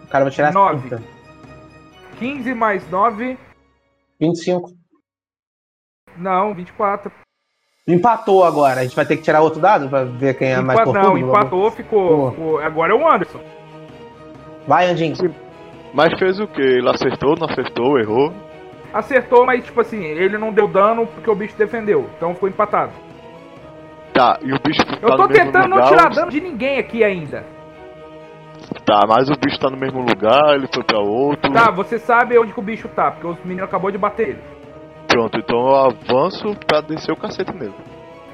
S1: O cara vai tirar
S3: Nove.
S1: 30.
S3: 15 mais 9.
S1: 25.
S3: Não, 24.
S1: Empatou agora. A gente vai ter que tirar outro dado pra ver quem é mais
S3: Empa-
S1: cortudo.
S3: não, empatou, ficou,
S1: Boa.
S3: ficou. Agora é o Anderson.
S1: Vai, Andinho.
S2: Mas fez o que? Ele acertou, não acertou, errou.
S3: Acertou, mas tipo assim, ele não deu dano porque o bicho defendeu. Então ficou empatado.
S2: Tá, e o bicho tá
S3: Eu tô
S2: no mesmo
S3: tentando não
S2: lugar.
S3: tirar dano de ninguém aqui ainda.
S2: Tá, mas o bicho tá no mesmo lugar, ele foi pra outro.
S3: Tá, você sabe onde que o bicho tá, porque os meninos acabou de bater ele.
S2: Pronto, então eu avanço pra descer o cacete nele.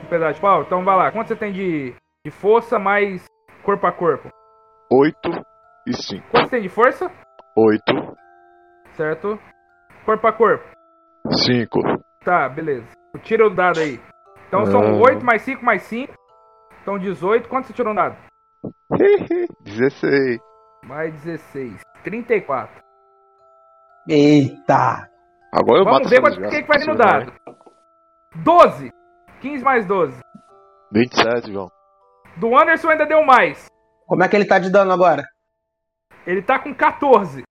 S3: Um pedaço de pau. Então vai lá. Quanto você tem de, de força mais corpo a corpo?
S2: 8 e 5.
S3: Quanto você tem de força?
S2: 8,
S3: Certo? Corpo a corpo.
S2: 5.
S3: Tá, beleza. Tira o dado aí. Então são
S2: Ah.
S3: 8 mais 5 mais 5. Então 18. Quanto você tirou no dado?
S2: 16.
S3: Mais 16. 34.
S1: Eita.
S2: Agora eu
S3: Vamos
S2: mato
S3: ver
S2: essa
S3: quanto, o
S2: desgraça,
S3: que, que vai vir no
S2: você vai.
S3: dado. 12. 15 mais 12.
S2: 27, João.
S3: Do Anderson ainda deu mais.
S1: Como é que ele tá de dano agora?
S3: Ele tá com 14.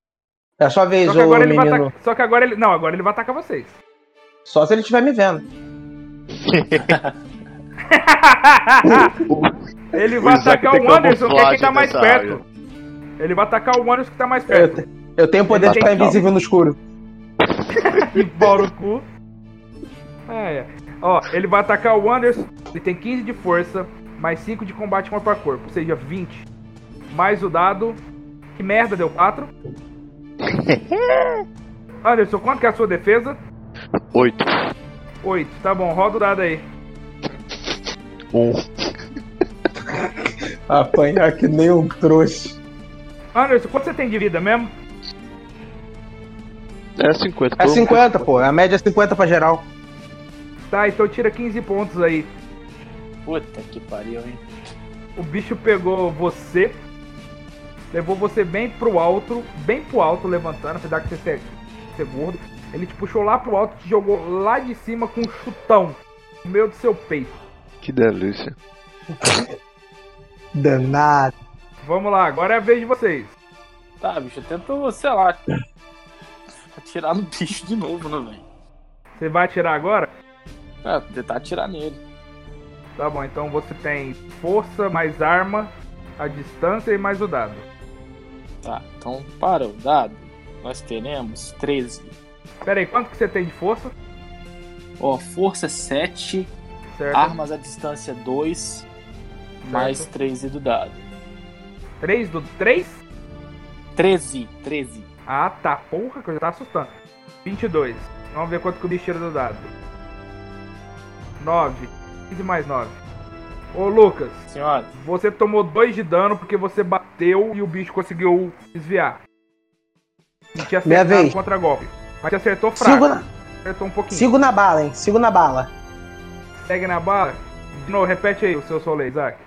S1: É a sua vez,
S3: Só que
S1: ô
S3: agora ele vai
S1: menino.
S3: atacar. Só que agora ele. Não, agora ele vai atacar vocês.
S1: Só se ele estiver me vendo.
S3: ele vai
S2: O Isaac
S3: atacar
S2: tem
S3: o Anderson, que é quem tá
S2: camuflagem
S3: mais
S2: nessa
S3: perto. Ele vai atacar o Anderson que tá mais
S1: Eu,
S3: perto.
S1: eu tenho o poder de ficar invisível no escuro.
S3: Que bola no cu. É, é. Ó, ele vai atacar o Anderson. Ele tem 15 de força, mais 5 de combate corpo a corpo, ou seja, 20. Mais o dado. Que merda, deu 4. Anderson, quanto que é a sua defesa?
S2: 8,
S3: 8. Tá bom, roda o dado aí.
S2: 1.
S1: Apanhar que nem um trouxa.
S3: Anderson, quanto você tem de vida mesmo?
S2: É 50.
S1: É
S2: todo mundo-
S1: 50, pô. A média é 50 pra geral.
S3: Tá, então tira 15 pontos aí.
S5: Puta que pariu, hein?
S3: O bicho pegou você, levou você bem pro alto, bem pro alto, levantando, apesar que você é, você é gordo. Ele te puxou lá pro alto, te jogou lá de cima com um chutão no meio do seu peito.
S2: Que delícia.
S1: Danado.
S3: Vamos lá, agora é a vez de vocês.
S5: Tá, bicho, eu tento, sei lá, atirar no bicho de novo, né, velho?
S3: Você vai atirar agora?
S5: Ah, tentar atirar nele.
S3: Tá bom, então você tem força, mais arma, a distância e mais o dado.
S5: Tá, então para o dado, nós teremos 13.
S3: Pera aí, quanto que você tem de força?
S5: Ó, força é 7,
S3: Certo.
S5: armas à distância 2, mais 13 do dado.
S3: 3 do 3?
S5: 13, 13.
S3: Ah, tá. Porra, que eu já tava assustando. 22. Vamos ver quanto que o bicho tira do dado. 9. 15 mais 9. Ô, Lucas,
S5: Senhora,
S3: você tomou 2 de dano porque você bateu e o bicho conseguiu desviar. E te
S1: Minha
S3: acertou
S1: vez.
S3: contra golpe. Mas te acertou fraco.
S1: Sigo na,
S3: Acertou um pouquinho.
S1: sigo na bala, hein? Sigo na bala.
S3: Segue na bala. De novo, repete aí o seu solê, Isaac.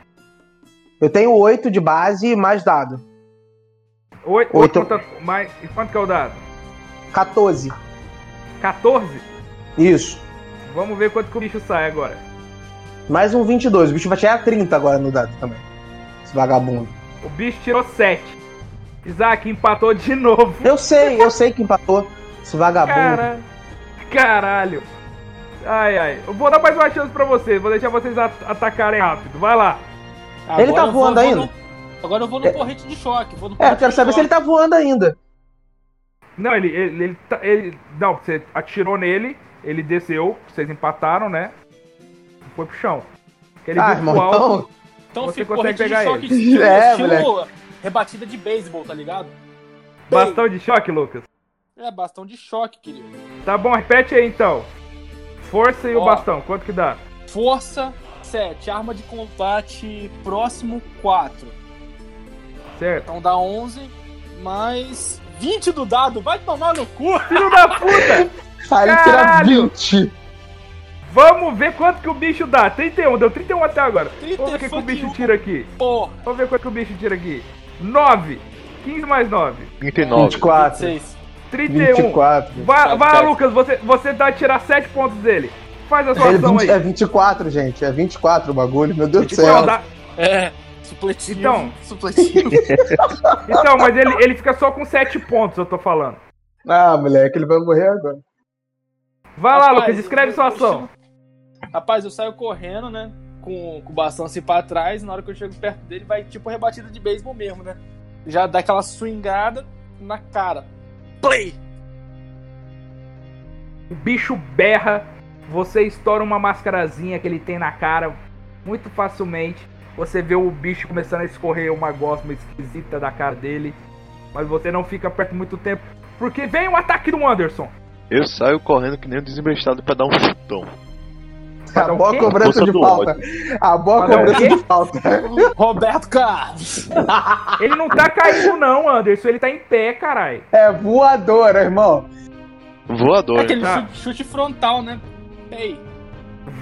S1: Eu tenho 8 de base e mais dado.
S3: 8,
S1: Oito.
S3: mais, e quanto que é o dado?
S1: 14.
S3: 14?
S1: Isso.
S3: Vamos ver quanto que o bicho sai agora.
S1: Mais um 22. O bicho vai tirar 30 agora no dado também. Esse vagabundo.
S3: O bicho tirou 7. Isaac empatou de novo.
S1: Eu sei, eu sei que empatou. Esse vagabundo.
S3: Cara, caralho. Ai, ai. Eu vou dar mais uma chance pra vocês. Vou deixar vocês at- atacarem rápido. Vai lá.
S5: agora
S1: Ele tá
S5: eu vou-
S1: voando
S5: eu vou
S1: ainda?
S5: no- agora eu vou no corrente de choque. Vou no
S1: É, eu
S5: corrente
S1: quero
S5: de
S1: saber se ele
S5: choque.
S1: tá voando ainda.
S3: Não, ele, ele, ele, tá- ele- Não, você atirou nele. Ele desceu. Vocês empataram, né? Foi pro chão. Ele
S1: ah,
S3: viu
S1: irmão,
S3: pro alto.
S1: então.
S5: Então
S3: Você
S5: fica
S3: consegue
S5: corrente de
S3: pegar
S5: choque
S3: ele.
S5: estilo,
S1: É,
S5: estilo rebatida de beisebol, tá ligado?
S3: Bastão de choque, Lucas.
S5: É, bastão de choque, querido.
S3: Tá bom, repete aí então. Força e o
S5: Ó.
S3: bastão. Quanto que dá?
S5: Força 7, arma de combate próximo 4.
S3: Certo.
S5: Então dá 11, mais 20 do dado, vai tomar no cu!
S3: Filho da puta!
S1: Ah, ele
S3: Caralho!
S1: tira 20.
S3: Vamos ver quanto que o bicho dá. 31, deu 31 até agora.
S5: 30
S3: Vamos ver o que, que o
S5: fucking
S3: bicho
S5: um.
S3: tira aqui.
S5: Porra!
S3: Vamos ver quanto que o bicho tira aqui. 9. 15 mais 9.
S2: 39.
S1: 24.
S5: 6.
S3: 31.
S1: 24.
S3: Vai, vai
S5: Tá, tá.
S3: Lucas, você, você dá tirar 7 pontos dele. Faz a sua
S1: É,
S3: ação
S1: 20,
S3: aí.
S1: é 24, gente. É 24 o bagulho, meu Deus do
S3: Então,
S1: céu.
S3: dá-
S5: É, supletivo.
S3: Então.
S5: supletivo.
S3: então, mas ele, ele fica só com 7 pontos, eu tô falando.
S1: Ah, moleque, ele vai morrer agora.
S3: Vai lá,
S5: Rapaz,
S3: Lucas, descreve
S5: eu-
S3: sua
S5: eu
S3: ação.
S5: chego- Rapaz, eu saio correndo, né? Com, com o bastão assim pra trás. Na hora que eu chego perto dele, vai tipo rebatida de beisebol mesmo, né? Já dá aquela swingada na cara. Play!
S3: O bicho berra, você estoura uma mascarazinha que ele tem na cara muito facilmente. Você vê o bicho começando a escorrer uma gosma esquisita da cara dele. Mas você não fica perto muito tempo. Porque vem o ataque do Anderson.
S2: Eu saio correndo que nem um desembestado pra dar um chutão.
S1: A
S3: dar é o
S1: boa
S3: quê?
S1: cobrança
S2: Força
S1: de
S2: do
S1: falta. A boa
S3: Vai dar o
S1: cobrança
S3: quê?
S1: de falta.
S5: Roberto Carlos!
S3: Ele não tá caindo, não, Anderson. Ele tá em pé, caralho.
S1: É voadora, irmão.
S2: Voador.
S5: Aquele
S3: Tá.
S5: chute, chute frontal, né? Ei,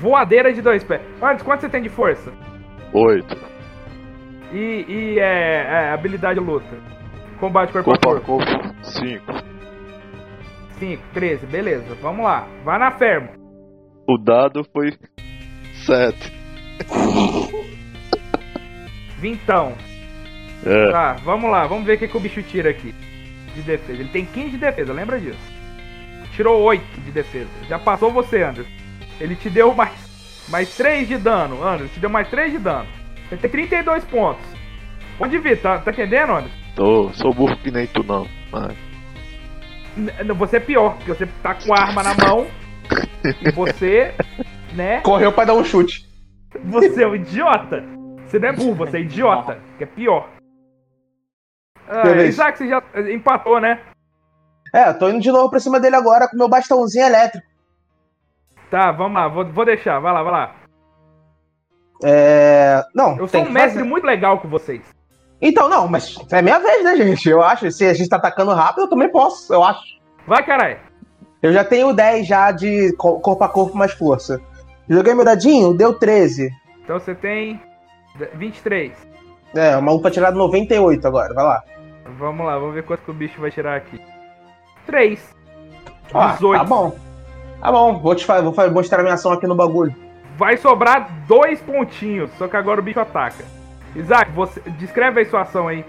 S3: Voadeira de dois pés. Anderson, quanto você tem de força?
S2: 8.
S3: E, e, é, é, habilidade luta? Combate corpo a
S2: Corpo a
S3: corpo.
S2: corpo. 5.
S3: 5, 13, beleza. Vamos lá. Vai na fermo.
S2: O dado foi 7.
S3: Vintão.
S2: É.
S3: Tá, vamos lá, vamos ver o que, que o bicho tira aqui. De defesa. Ele tem 15 de defesa, lembra disso? Tirou 8 de defesa. Já passou você, Anderson. Ele te deu mais, mais 3 de dano, Anderson. Te deu mais 3 de dano. Ele tem 32 pontos. Pode vir, tá, tá entendendo, Anderson?
S2: Tô, sou burro que nem tu não. Mas
S3: N- n- Você é pior, porque você tá com a arma na mão. e você, né?
S1: Correu pra dar um chute.
S3: Você é um idiota. Você não é burro, você é idiota. Que é pior. Ah,
S1: Beleza.
S3: Isaac, você já eh, empatou, né?
S1: É, eu tô indo de novo pra cima dele agora com meu bastãozinho elétrico.
S3: Tá, vamos lá, vou, vou deixar, vai lá, vai lá.
S1: É. Não.
S3: Eu sou
S1: tem
S3: um
S1: que
S3: mestre
S1: fazer.
S3: muito legal com vocês.
S1: Então, não, mas é minha vez, né, gente? Eu acho. Se a gente tá atacando rápido, eu também posso, eu acho.
S3: Vai, caralho.
S1: Eu já tenho 10 já de co- corpo a corpo mais força. Joguei meu dadinho, deu 13.
S3: Então você tem de- 23.
S1: É, o maluco vai tirar 98 agora, vai lá.
S3: Vamos lá, vamos ver quanto que o bicho vai tirar aqui. 3.
S1: Ah,
S3: 18.
S1: Tá bom. Tá bom, vou te fa- vou fa- mostrar minha ação aqui no bagulho.
S3: Vai sobrar dois pontinhos, só que agora o bicho ataca. Isaac, você descreve aí sua ação aí.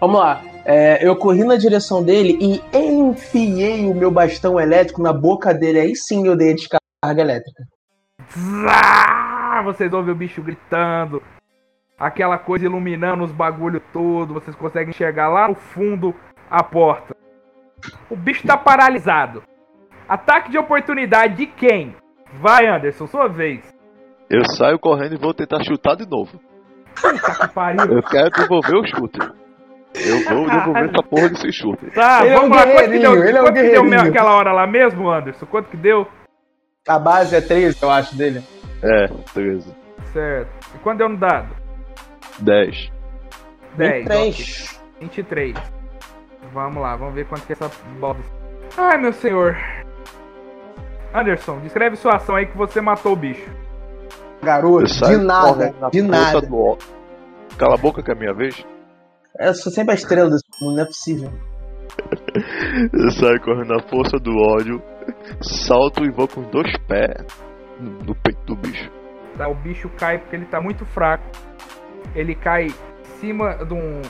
S1: Vamos lá. É, eu corri na direção dele e enfiei o meu bastão elétrico na boca dele. Aí sim eu dei a descarga elétrica.
S3: Zá! Vocês ouvem o bicho gritando. aquela coisa iluminando os bagulho todo, vocês conseguem enxergar lá no fundo a porta. O bicho tá paralisado. Ataque de oportunidade de quem? Vai, Anderson, sua vez.
S2: Eu saio correndo e vou tentar chutar de novo.
S3: Puta que pariu.
S2: Eu quero devolver o chute. Eu vou devolver essa porra desse chute.
S3: Tá,
S1: Ele é um
S3: vamos lá. Quanto que deu,
S1: guerreirinho, ele é um
S3: quanto que deu
S1: guerreirinho.
S3: aquela hora lá mesmo, Anderson? Quanto que deu?
S1: A base é 13, eu acho, dele.
S2: É, 13.
S3: Certo. E quando deu no dado?
S2: 10.
S3: 10. ok.
S1: 23.
S3: 23. Vamos lá, vamos ver quanto que é essa bola. Ai, meu senhor. Anderson, descreve sua ação aí que você matou o bicho.
S1: Garoto,
S2: Eu
S1: de
S2: saio
S1: nada,
S2: correndo na
S1: de
S2: ponta
S1: nada.
S2: do ó- Cala a boca que é a minha vez.
S1: Eu sou sempre a estrela desse mundo, não é possível.
S2: Eu saio correndo na força do ódio, salto e vou com os dois pés no, no peito do bicho.
S3: Tá? O bicho cai porque ele tá muito fraco. Ele cai em cima de, um,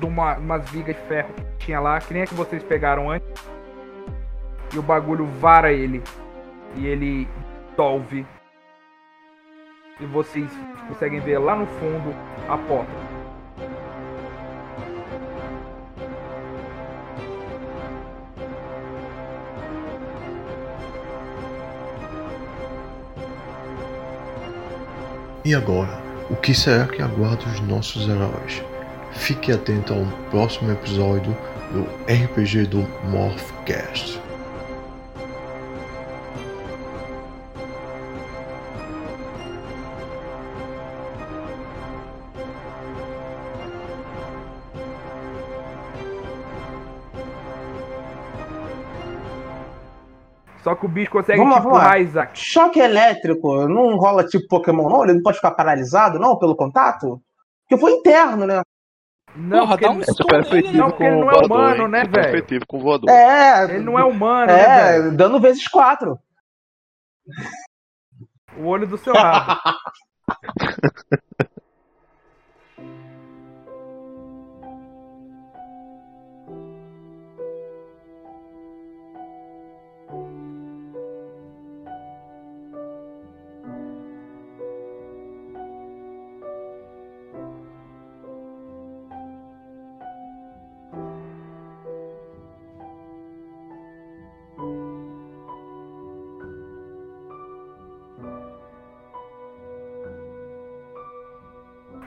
S3: de uma, umas vigas de ferro que tinha lá, que nem a que vocês pegaram antes. E o bagulho vara ele. E ele dissolve. E vocês conseguem ver lá no fundo a porta.
S6: E agora, o que será que aguarda os nossos heróis? Fique atento ao próximo episódio do RPG do Morphcast.
S3: Só que o bicho consegue tipo
S1: Vamos lá,
S3: te
S1: vamos lá.
S3: empurrar, Isaac.
S1: Choque elétrico não rola tipo Pokémon, não? Ele não pode ficar paralisado, não, pelo contato? Porque foi interno, né?
S3: Não,
S5: Porra,
S3: porque
S5: dá
S3: ele-
S5: um
S2: É super
S5: Estou nele,
S2: efetivo
S5: não,
S2: com
S5: ele
S2: o
S3: não é
S2: voador.
S3: humano,
S2: hein?
S3: né,
S2: super
S3: velho?
S2: efetivo com o voador.
S1: É,
S3: Ele não é humano, né,
S1: é
S3: velho?
S1: dando vezes 4.
S3: O olho do seu rabo.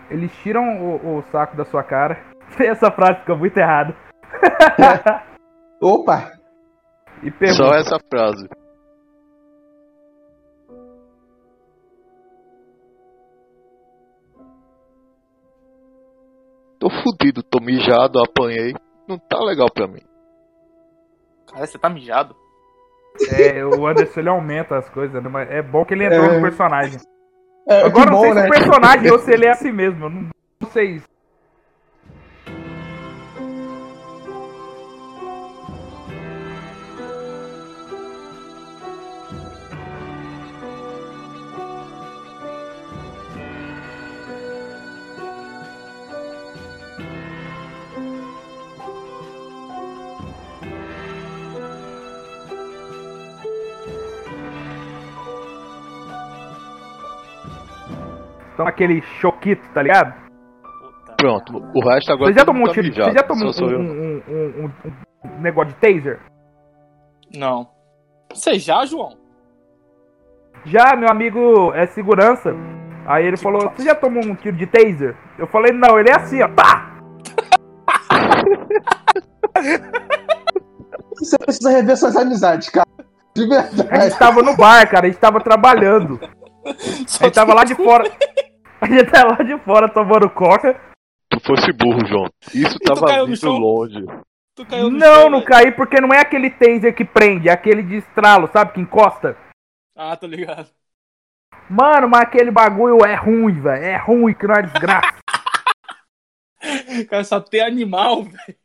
S3: Eles tiram o, o saco da sua cara. Essa frase fica muito errada.
S1: Opa!
S3: E perguntam.
S2: Só essa frase. Tô fudido, tô mijado, apanhei. Não tá legal pra mim.
S5: Cara, você tá mijado.
S3: É, o Anderson ele aumenta as coisas, né? Mas é bom que ele entrou
S1: É.
S3: no personagem.
S1: É,
S3: Agora
S1: que
S3: eu não
S1: bom,
S3: sei
S1: né?
S3: se o personagem ou se ele é assim mesmo. Eu não, não sei. Então aquele choquito, tá ligado?
S5: Puta
S2: Pronto,
S5: merda.
S2: o resto agora.
S3: Você já
S2: todo
S3: tomou um
S2: mundo tá
S3: tiro? Você
S2: mijado,
S3: já tomou
S2: só sou
S3: um,
S2: eu.
S3: um- um- um- um negócio de taser?
S5: Não. Você já, João?
S3: Já, meu amigo é segurança. Aí ele falou: Você já tomou um tiro de taser? Eu falei: Não, ele é assim, ó. Pá!
S1: Você precisa rever suas amizades, cara. De
S3: A gente
S1: verdade.
S3: tava no bar, cara, a gente tava trabalhando. A gente tava lá de fora. A gente tava lá de fora tomando coca.
S2: Tu fosse burro, João. Isso
S5: tu
S2: tava
S5: caiu no
S2: muito
S5: chão?
S2: longe.
S5: Tu caiu no
S3: Não,
S5: chão, né?
S3: não
S5: velho.
S3: caí porque não é aquele taser que prende, é aquele de estralo, sabe? Que encosta.
S5: Ah, tô ligado.
S3: Mano, mas aquele bagulho é ruim, velho. É ruim, que não é desgraça.
S5: Cara, só tem animal, velho.